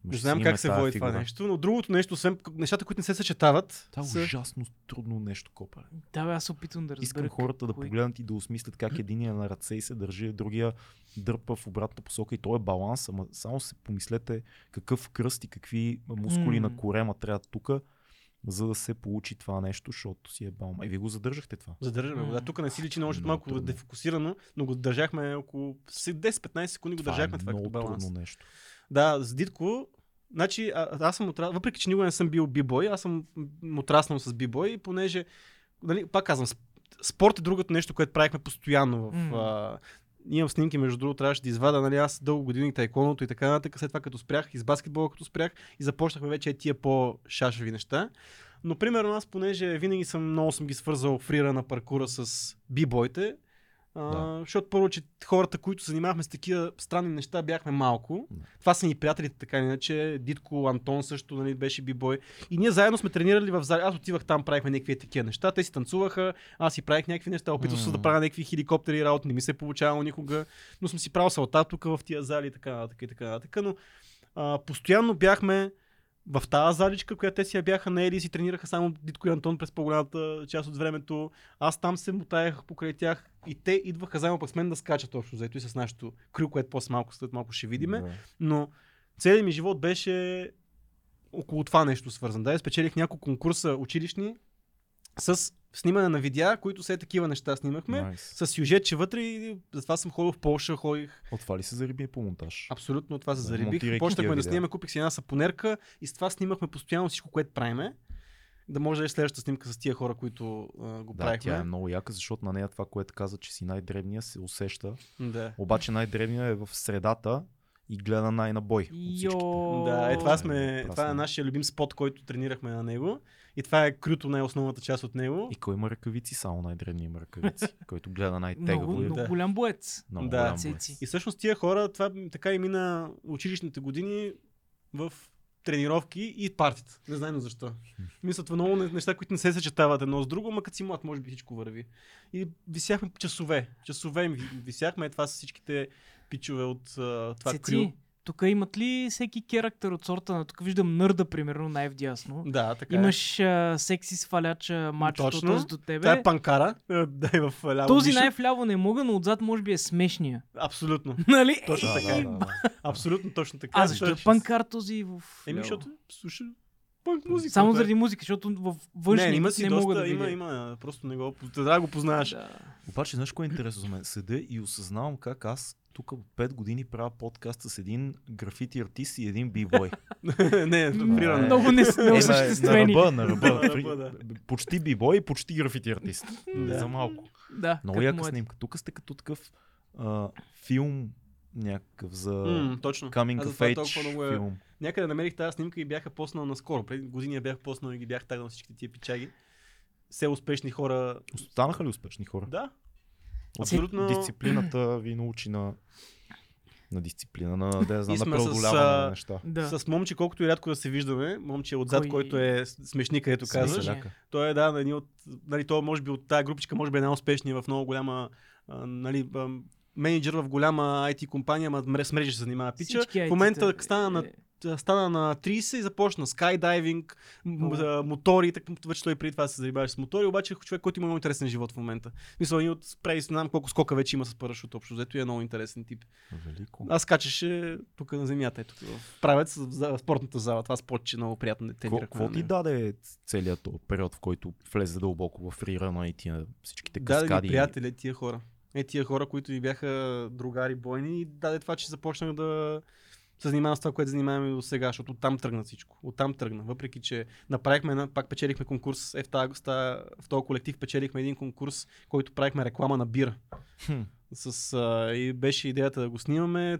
Не Ще знам си как имаме се тая води това фигура. нещо, но другото нещо, освен к- нещата, които не се съчетават, Това е са... ужасно трудно нещо, копа. Да, бе, аз се опитвам да разбера. е. Искам хората да кой- погледнат и да осмислят как единия на ръце и се държи, другия дърпа в обратна посока и то е баланс, ама само се помислете какъв кръст и какви мускули М. на корема трябва тук, за да се получи това нещо, защото си е балма. И вие го задържахте това. Задържаме го. Да, М. тук не си личи много, защото Много малко трудно. дефокусирано, но го държахме около 10-15 секунди, го това държахме е това като много баланс. трудно нещо. Да, с Дитко, значи а, аз съм отраснал, въпреки че никога не съм бил бибой, аз съм м, отраснал с бибой, и понеже, нали, пак казвам, сп- спорт е другото нещо, което правихме постоянно. В, Мм. а, имам снимки, между другото, трябваше да извада, нали, аз дълго години тайконото и така нататък, след това като спрях, и с баскетбола като спрях, и започнахме вече е тия по-шашеви неща. Но, примерно, аз, понеже винаги съм много съм ги свързал фрира на паркура с бибойте, а, Да. защото първо, че хората, които се занимавахме с такива странни неща, бяхме малко. Да. Това са ни приятелите, така или иначе. Дитко, Антон също нали, беше бибой. И ние заедно сме тренирали в зали. Аз отивах там, правихме някакви такива неща. Те си танцуваха, аз си правих някакви неща. Опитвах се да Мгм. правя някакви хеликоптери и работи. Не ми се е получавало никога. Но съм си правил салта тук в тия зали и така нататък. И така, нататък. Но а, постоянно бяхме в тази заличка, която те си я бяха наели и си тренираха само Дитко и Антон през по-голямата част от времето. Аз там се мутаях покрай тях и те идваха заедно пък с мен да скачат общо заето и с нашото крю, което после малко след малко ще видиме. Да. Но целият ми живот беше около това нещо свързан. Да, и спечелих няколко конкурса училищни с снимане на видеа, които все такива неща снимахме. Найс. С сюжет, че вътре и затова съм ходил в Полша, ходих От това ли се зариби по монтаж? Абсолютно, това се Да, зарибих. монтирайки Почнахме тия да видеа. снимаме, купих си една сапонерка и с това снимахме постоянно всичко, което правиме. Да може да е следващата снимка с тия хора, които а, го Да, правихме. тя е много яка, защото на нея това, което каза, че си най-древния, се усеща. Да. Обаче най-древния е в средата и гледа най-набой. от всичките. Йо. Да, е, това, сме, Прекрасно. това е нашия любим спот, който тренирахме на него. И това е крюто, най-основната част от него. И кой има ръкавици? Само най-древния има ръкавици, който гледа Много, най-тегаво. и- е много да. голям боец. Много Да. голям Цеци. боец. И всъщност тия хора, това м, така и мина училищните години в тренировки и партията. Не знам защо. Мисля, това много не- неща, които не се съчетават едно с друго, ма като си млад, може би всичко върви. И висяхме часове. Часове им ви- висяхме е това с всичките пичове от а, това крю. Цеци, тук имат ли всеки керактер от сорта на... Тук виждам нърда, примерно, най-вдясно. Да, така е. Имаш а, секси сваляч а, мачото, Точно. този до тебе. Това е панкара. Е, Да, е в а, ляво. този Мишо. най-вляво не мога, но отзад може би е смешния. Абсолютно. Нали? Точно Е, така. е, Да, да, да. Абсолютно точно така. А защо е Той- панкар този в... Еми, ляво? защото слуша панк музика. Само той- заради е- музика, защото в не, външни има не, си не доста, мога да има, видя. има, просто не го, трябва да го познаеш. Да. Обаче, знаеш кое е интересно за мен? Седя и осъзнавам как аз тук от 5 години правя подкаст с един графити артист и един бибой. не, фриране. Е. Много не, Е, не на- осъществени. На ръба, на ръба. На ръба, да. При- Почти бибой и почти графити артист. Да. За малко. Да, е. Много като яка моят. снимка. Тук сте като такъв а, филм някакъв за М, точно. Coming Аз of затова толкова Age много е... филм. Някъде намерих тази снимка и бяха поснал наскоро. Преди години я бях поснал и ги бях тагнал всички тия пичаги. Все успешни хора. Останаха ли успешни хора? Да. Абсолютно. Абсолютно. Дисциплината ви научи на на дисциплина, на, да я знам, И на сме с, преодоляване а, на неща. Да. С момче, колкото и рядко да се виждаме, момче отзад, Кой- който е смешник, където Смисъл, казваш, яка. той е да, на едни от, нали, той може би от тази групичка, може би е най-успешният в много голяма, а, нали, а, менеджер в голяма IT компания, ма мре- с мрежи се занимава пича. Всички В момента IT-та, стана на е, стана на 30 и започна скайдайвинг, м- О. а, мотори, така вече той преди това се занимаваше с мотори, обаче е човек, който има много интересен живот в момента. Мисля, един от прави, знам колко скока вече има с парашут общо, взето и е много интересен тип. Велико. Аз качеше тук на земята, ето, в правец, в за- в спортната зала, това спорт, че е много приятно дете. Ко- Какво ти даде целият този период, в който влезе дълбоко в рирана и тия всичките Даде ми каскади? приятели, тия хора. Е, тия хора, които ми бяха другари бойни и даде това, че започнах да се занимавам с това, което занимаваме до сега, защото оттам тръгна всичко. Оттам тръгна. Въпреки, че направихме, една, пак печелихме конкурс, е в, тази, в, тази, в този колектив печелихме един конкурс, който правихме реклама на бира. Хм. С, а, и беше идеята да го снимаме.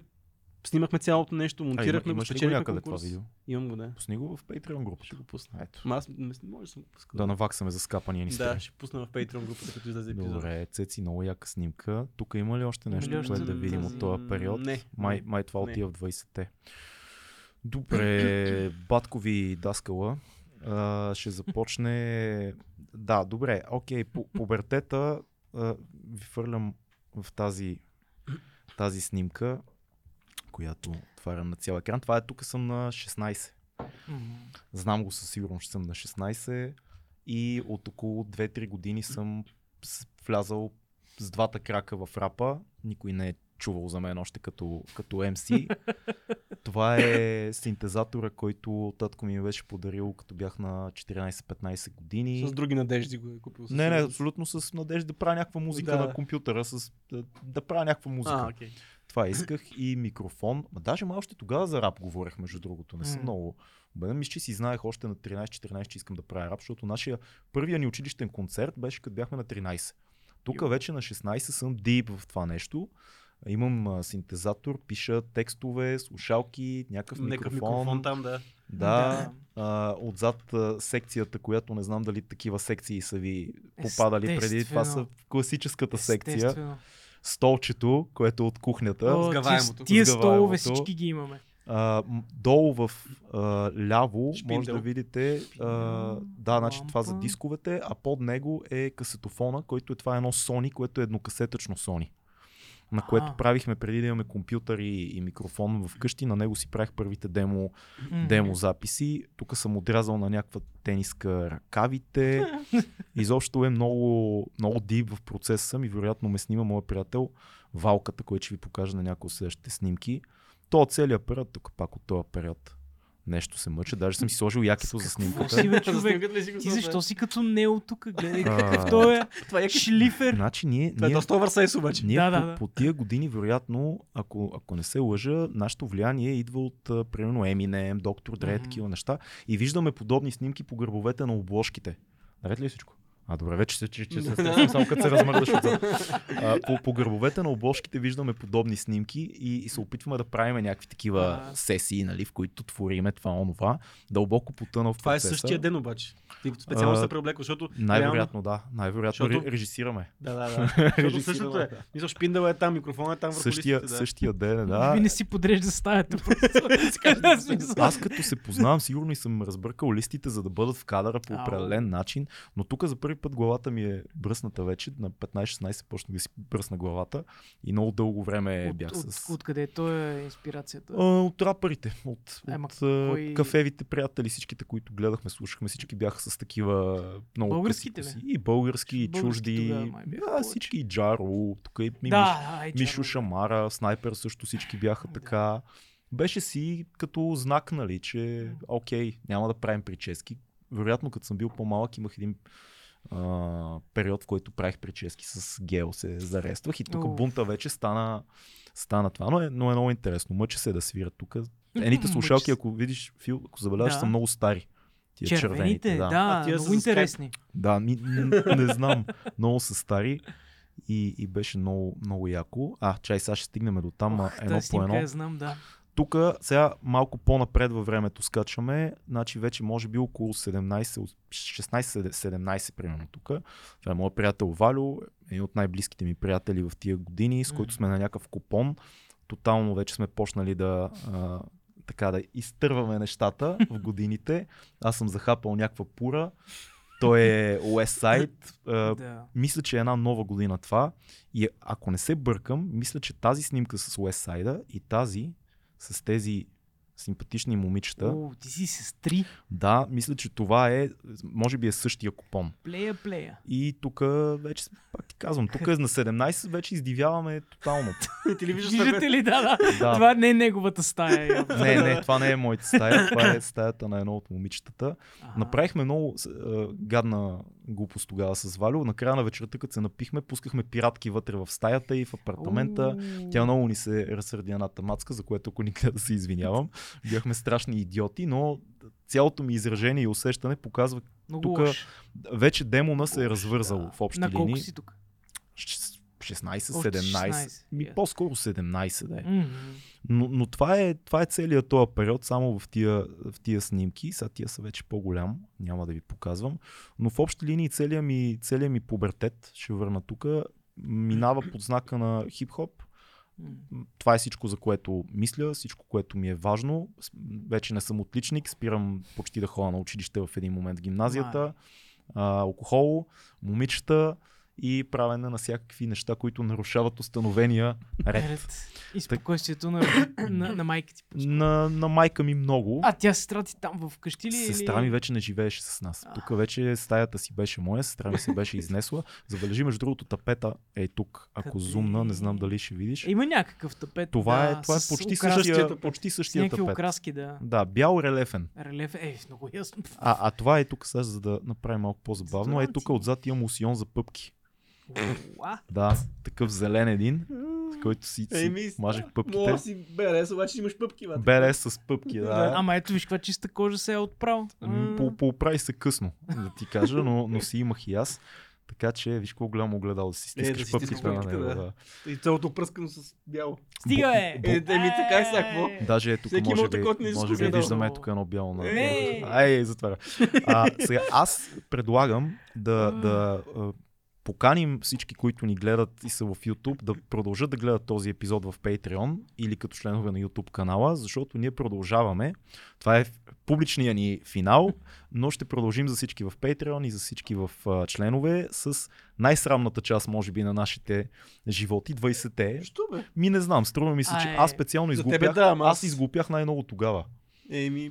Снимахме цялото нещо, А, монтирахме има, го, имаш ли го спечелихме някъде конкурс. това видео? Имам го, да. Пусни го в Patreon групата. Ще го пусна. Ето. Ма аз не, може да съм го пускал. Да наваксаме за скапания ни да, страни. ще пусна в Patreon групата, като излезе епизод. Добре, Цеци, много яка снимка. Тук има ли още нещо, Има ли още което да за видим тази- от този период? Не. Май, май това Не. отива в 20-те. Добре, батко ви даскала. А, ще започне... Да, добре, окей, пу- пубертета а, ви фърлям в тази, тази снимка, която отварям на цял екран. Това е, тук съм на 16. м. Знам го със сигурност, че съм на 16 и от около 2-3 години съм с- влязал с двата крака в рапа. Никой не е чувал за мен още като, като MC. Това е синтезатора, който татко ми беше подарил, като бях на 14-15 години. С други надежди го е купил. със Не, не, сигурност. абсолютно с надежда да правя някаква музика Да. на компютъра, с, да, да правя някаква музика. А, окей. Това исках и микрофон. Ма даже май още тогава за рап говорех, между другото. Не съм М. много. Обеден мисля, че си знаех още на 13-14, че искам да правя рап, защото нашия първия ни училищен концерт беше като бяхме на 13. Тук вече на 16 съм дип в това нещо. Имам а, синтезатор, пиша текстове, слушалки, някакъв Някакъв микрофон. микрофон там, да. Да, а, отзад а, секцията, която не знам дали такива секции са ви попадали преди. Това са Естествено. в класическата секция. Естествено. Столчето, което е от кухнята. О, сгъваемото. тия- Тия Сгъваемото. столове всички ги имаме. А, м- долу в а, ляво Шпиндел. може да видите. А, да, значи това за лампа. дисковете, а под него е касетофона, който е това е едно Sony, което е еднокасетъчно Sony. На което Аха. правихме преди да имаме компютър и, и микрофон вкъщи. На него си правих първите демо, М. демо записи. Тук съм отрязал на някаква тениска ръкавите. Изобщо е много, много дип в процеса съм и вероятно ме снима моят приятел Валката, който ще ви покажа на някои от следващите снимки. То е целият период, тук пак от този период нещо се мъча. Даже съм си сложил якито за Какво снимката. си бе, За човек? снимката ли си го Ти сложил? защо си като Нео тук? Гледай А. какъв той е. Това е Шлифер. Значи ние, Това е ние, доста оверсайз обаче. Значи, ние Да, да, по, да. по тия години, вероятно, ако, ако не се лъжа, нашето влияние идва от, а, примерно, Eminem, Доктор Дре, Мгм. такива неща. И виждаме подобни снимки по гърбовете на обложките. Наред ли е всичко? А, добре, вече се, че, че се сещам, само като се размърдаш отзад. А, по, по гърбовете на обложките виждаме подобни снимки и, и се опитваме да правим някакви такива А. сесии, нали, в които твориме това, онова. Дълбоко потънал в Това е процеса. същия ден обаче. Ти специално А, се преоблекла, защото реално- Най-вероятно, да. Най-вероятно Защото- ре- режисираме. Да, да, да. Защото същото е. да. Мисля, шпиндъл е там, микрофон е там върху Същия, листите, да. същия ден, да. Вие не си подрежда стаята. просто. Смисъл. Аз като се познавам, сигурно и съм разбъркал листите, за да бъдат в кадъра по Ау. определен начин, но тук за първи път главата ми е бръсната вече. На 15-16 почнах да си бръсна главата и много дълго е, време От- бях от- с... Откъде той е инспирацията? А, от рапърите, от, Ема, от а, кой- кафевите приятели, всичките, които гледахме, слушахме, всички бяха с такива много Българските къси ли? коси. И български, и Български чужди, тогава май бяха а, повече. всички и Джаро, тук и ми да, ай, Мишо чакай. Шамара, Снайпер също всички Ами бяха така. Беше си като знак, нали, че окей, няма да правим прически. Вероятно, като съм бил по-малък, имах един а, период, в който правих прически с гел, се зарествах и тук Уф. бунта вече стана, стана това, но е, но е много интересно. Мъча се да свира тук. Е, Едните Мъча слушалки, се. ако видиш, Фил, ако забележиш, Да. са много стари. Тия червените, Червените, да, А тия са много за скайп. интересни. да, ми, н- не знам. Много са стари и, и беше много, много яко. А, чай, сега ще стигнем до там а, Ох, едно тази по снимка е я едно. знам, да. Тук сега малко по-напред във времето скачаме. Значи вече може би около 17, от 16-17 примерно тук. Това е моят приятел Валю, един от най-близките ми приятели в тия години, с който сме на някакъв купон. тотално вече сме почнали да, а, така да изтърваме нещата в годините. Аз съм захапал някаква пура. Той е West Side. А, Да. мисля, че е една нова година това. И ако не се бъркам, мисля, че тази снимка с West Side и тази с тези симпатични момичета, О, ти си сестри. да, мисля, че това е, може би е същия купон. Плея, плея. И тук вече, пак ти казвам, тук е на 17 вече издивяваме тотално. Ти ли виждаш на Виждате ли, да, да. Да. Това не е неговата стая. явно. Не, не, това не е моята стая, това е стаята на едно от момичетата. Аха. Направихме много с- а, гадна глупост тогава с Валю. Накрая на вечерта, като се напихме, пускахме пиратки вътре в стаята и в апартамента. Уу. Тя много ни се разсърди едната мацка, за което ако ни гледа да се извинявам. Бяхме страшни идиоти, но цялото ми изражение и усещане показва, Много тука лош. вече демона се е развързал в общи На колко линии. си тук? Ш- Още 16-17. 16, Ми, yes. по-скоро 17, да е. Мгм. Но, но това, е, това е целият този период, само в тия, в тия снимки. Сега тия са вече по-голям, няма да ви показвам. Но в общи линии целият ми, целият ми пубертет, ще върна тук, минава под знака на хип-хоп. Мгм. Това е всичко, за което мисля, всичко, което ми е важно. С- Вече не съм отличник, спирам почти да ходя на училище в един момент в гимназията. А, алкохол, момичета и правене на всякакви неща, които нарушават установения ред. Ред. И спокойствието на, на, на майка ти. На, на майка ми много. А тя сестра ти там вкъщи ли? е, Сестра или- ми вече не живееше с нас. А. Тук вече стаята си беше моя, сестра ми се беше изнесла. Забележи, между другото, тапета е тук. Ако Къде? зумна, не знам дали ще видиш. Е, Има някакъв тапет. Това да, е, това е с почти, украс- същия, тапет. почти С същия някакви тапет. окраски, да. Да, бял релефен. Релеф, е, много ясно. А, а това е тук, сега, за да направим малко по-забавно. Значи. Е, тук Стоянци. отзад имам усион за пъпки. Уа. Да, такъв зелен един, с който си, Еми, си мажех Мога да пъпките. си берес, обаче имаш пъпки вътре. Бере с пъпки, да. Ама ето виж каква чиста кожа се е отправил. М, по- Поправи се късно, да ти кажа, но, но си имах и аз. Така че, виж колко голямо огледало да си Е, да стискаш си пъпките стискаш на пъпките, него. да. Да. И цялото пръскано с бяло. Стига бу- е! бу- Е, да ми така е сега, какво? Е. Даже е тук, Всеки може има би, такова, не може би изкусно, виждаме да. е тук едно бяло на... Е. Ай, затваря. А, сега, аз предлагам да, да а, поканим всички, които ни гледат и са в YouTube, да продължат да гледат този епизод в Patreon или като членове на YouTube канала, защото ние продължаваме. Това е публичния ни финал, но ще продължим за всички в Patreon и за всички в а, членове с най-срамната част, може би, на нашите животи, 20-те, Що бе? ми не знам, струва ми се, че А, е. аз специално За изглупях. тебе да, ама аз аз- изглупях най-много тогава. Еми,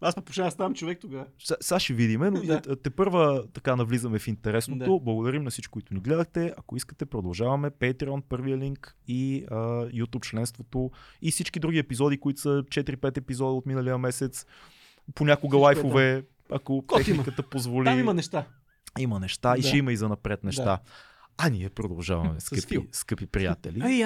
аз пък почнах да ставам човек тогава. С- Сега ще видиме, но Да. те, те първа така навлизаме в интересното. Да. Благодарим на всички, които ни гледахте. Ако искате, продължаваме. Patreon, първия линк и а, YouTube членството и всички други епизоди, които са 4-5 епизода от миналия месец. Понякога Всичко е лайфове, ако Кот има. техниката позволи. Там има неща. има неща и Да. ще има и занапред неща. Да. А ние продължаваме, С Фил. скъпи, скъпи приятели. Ай,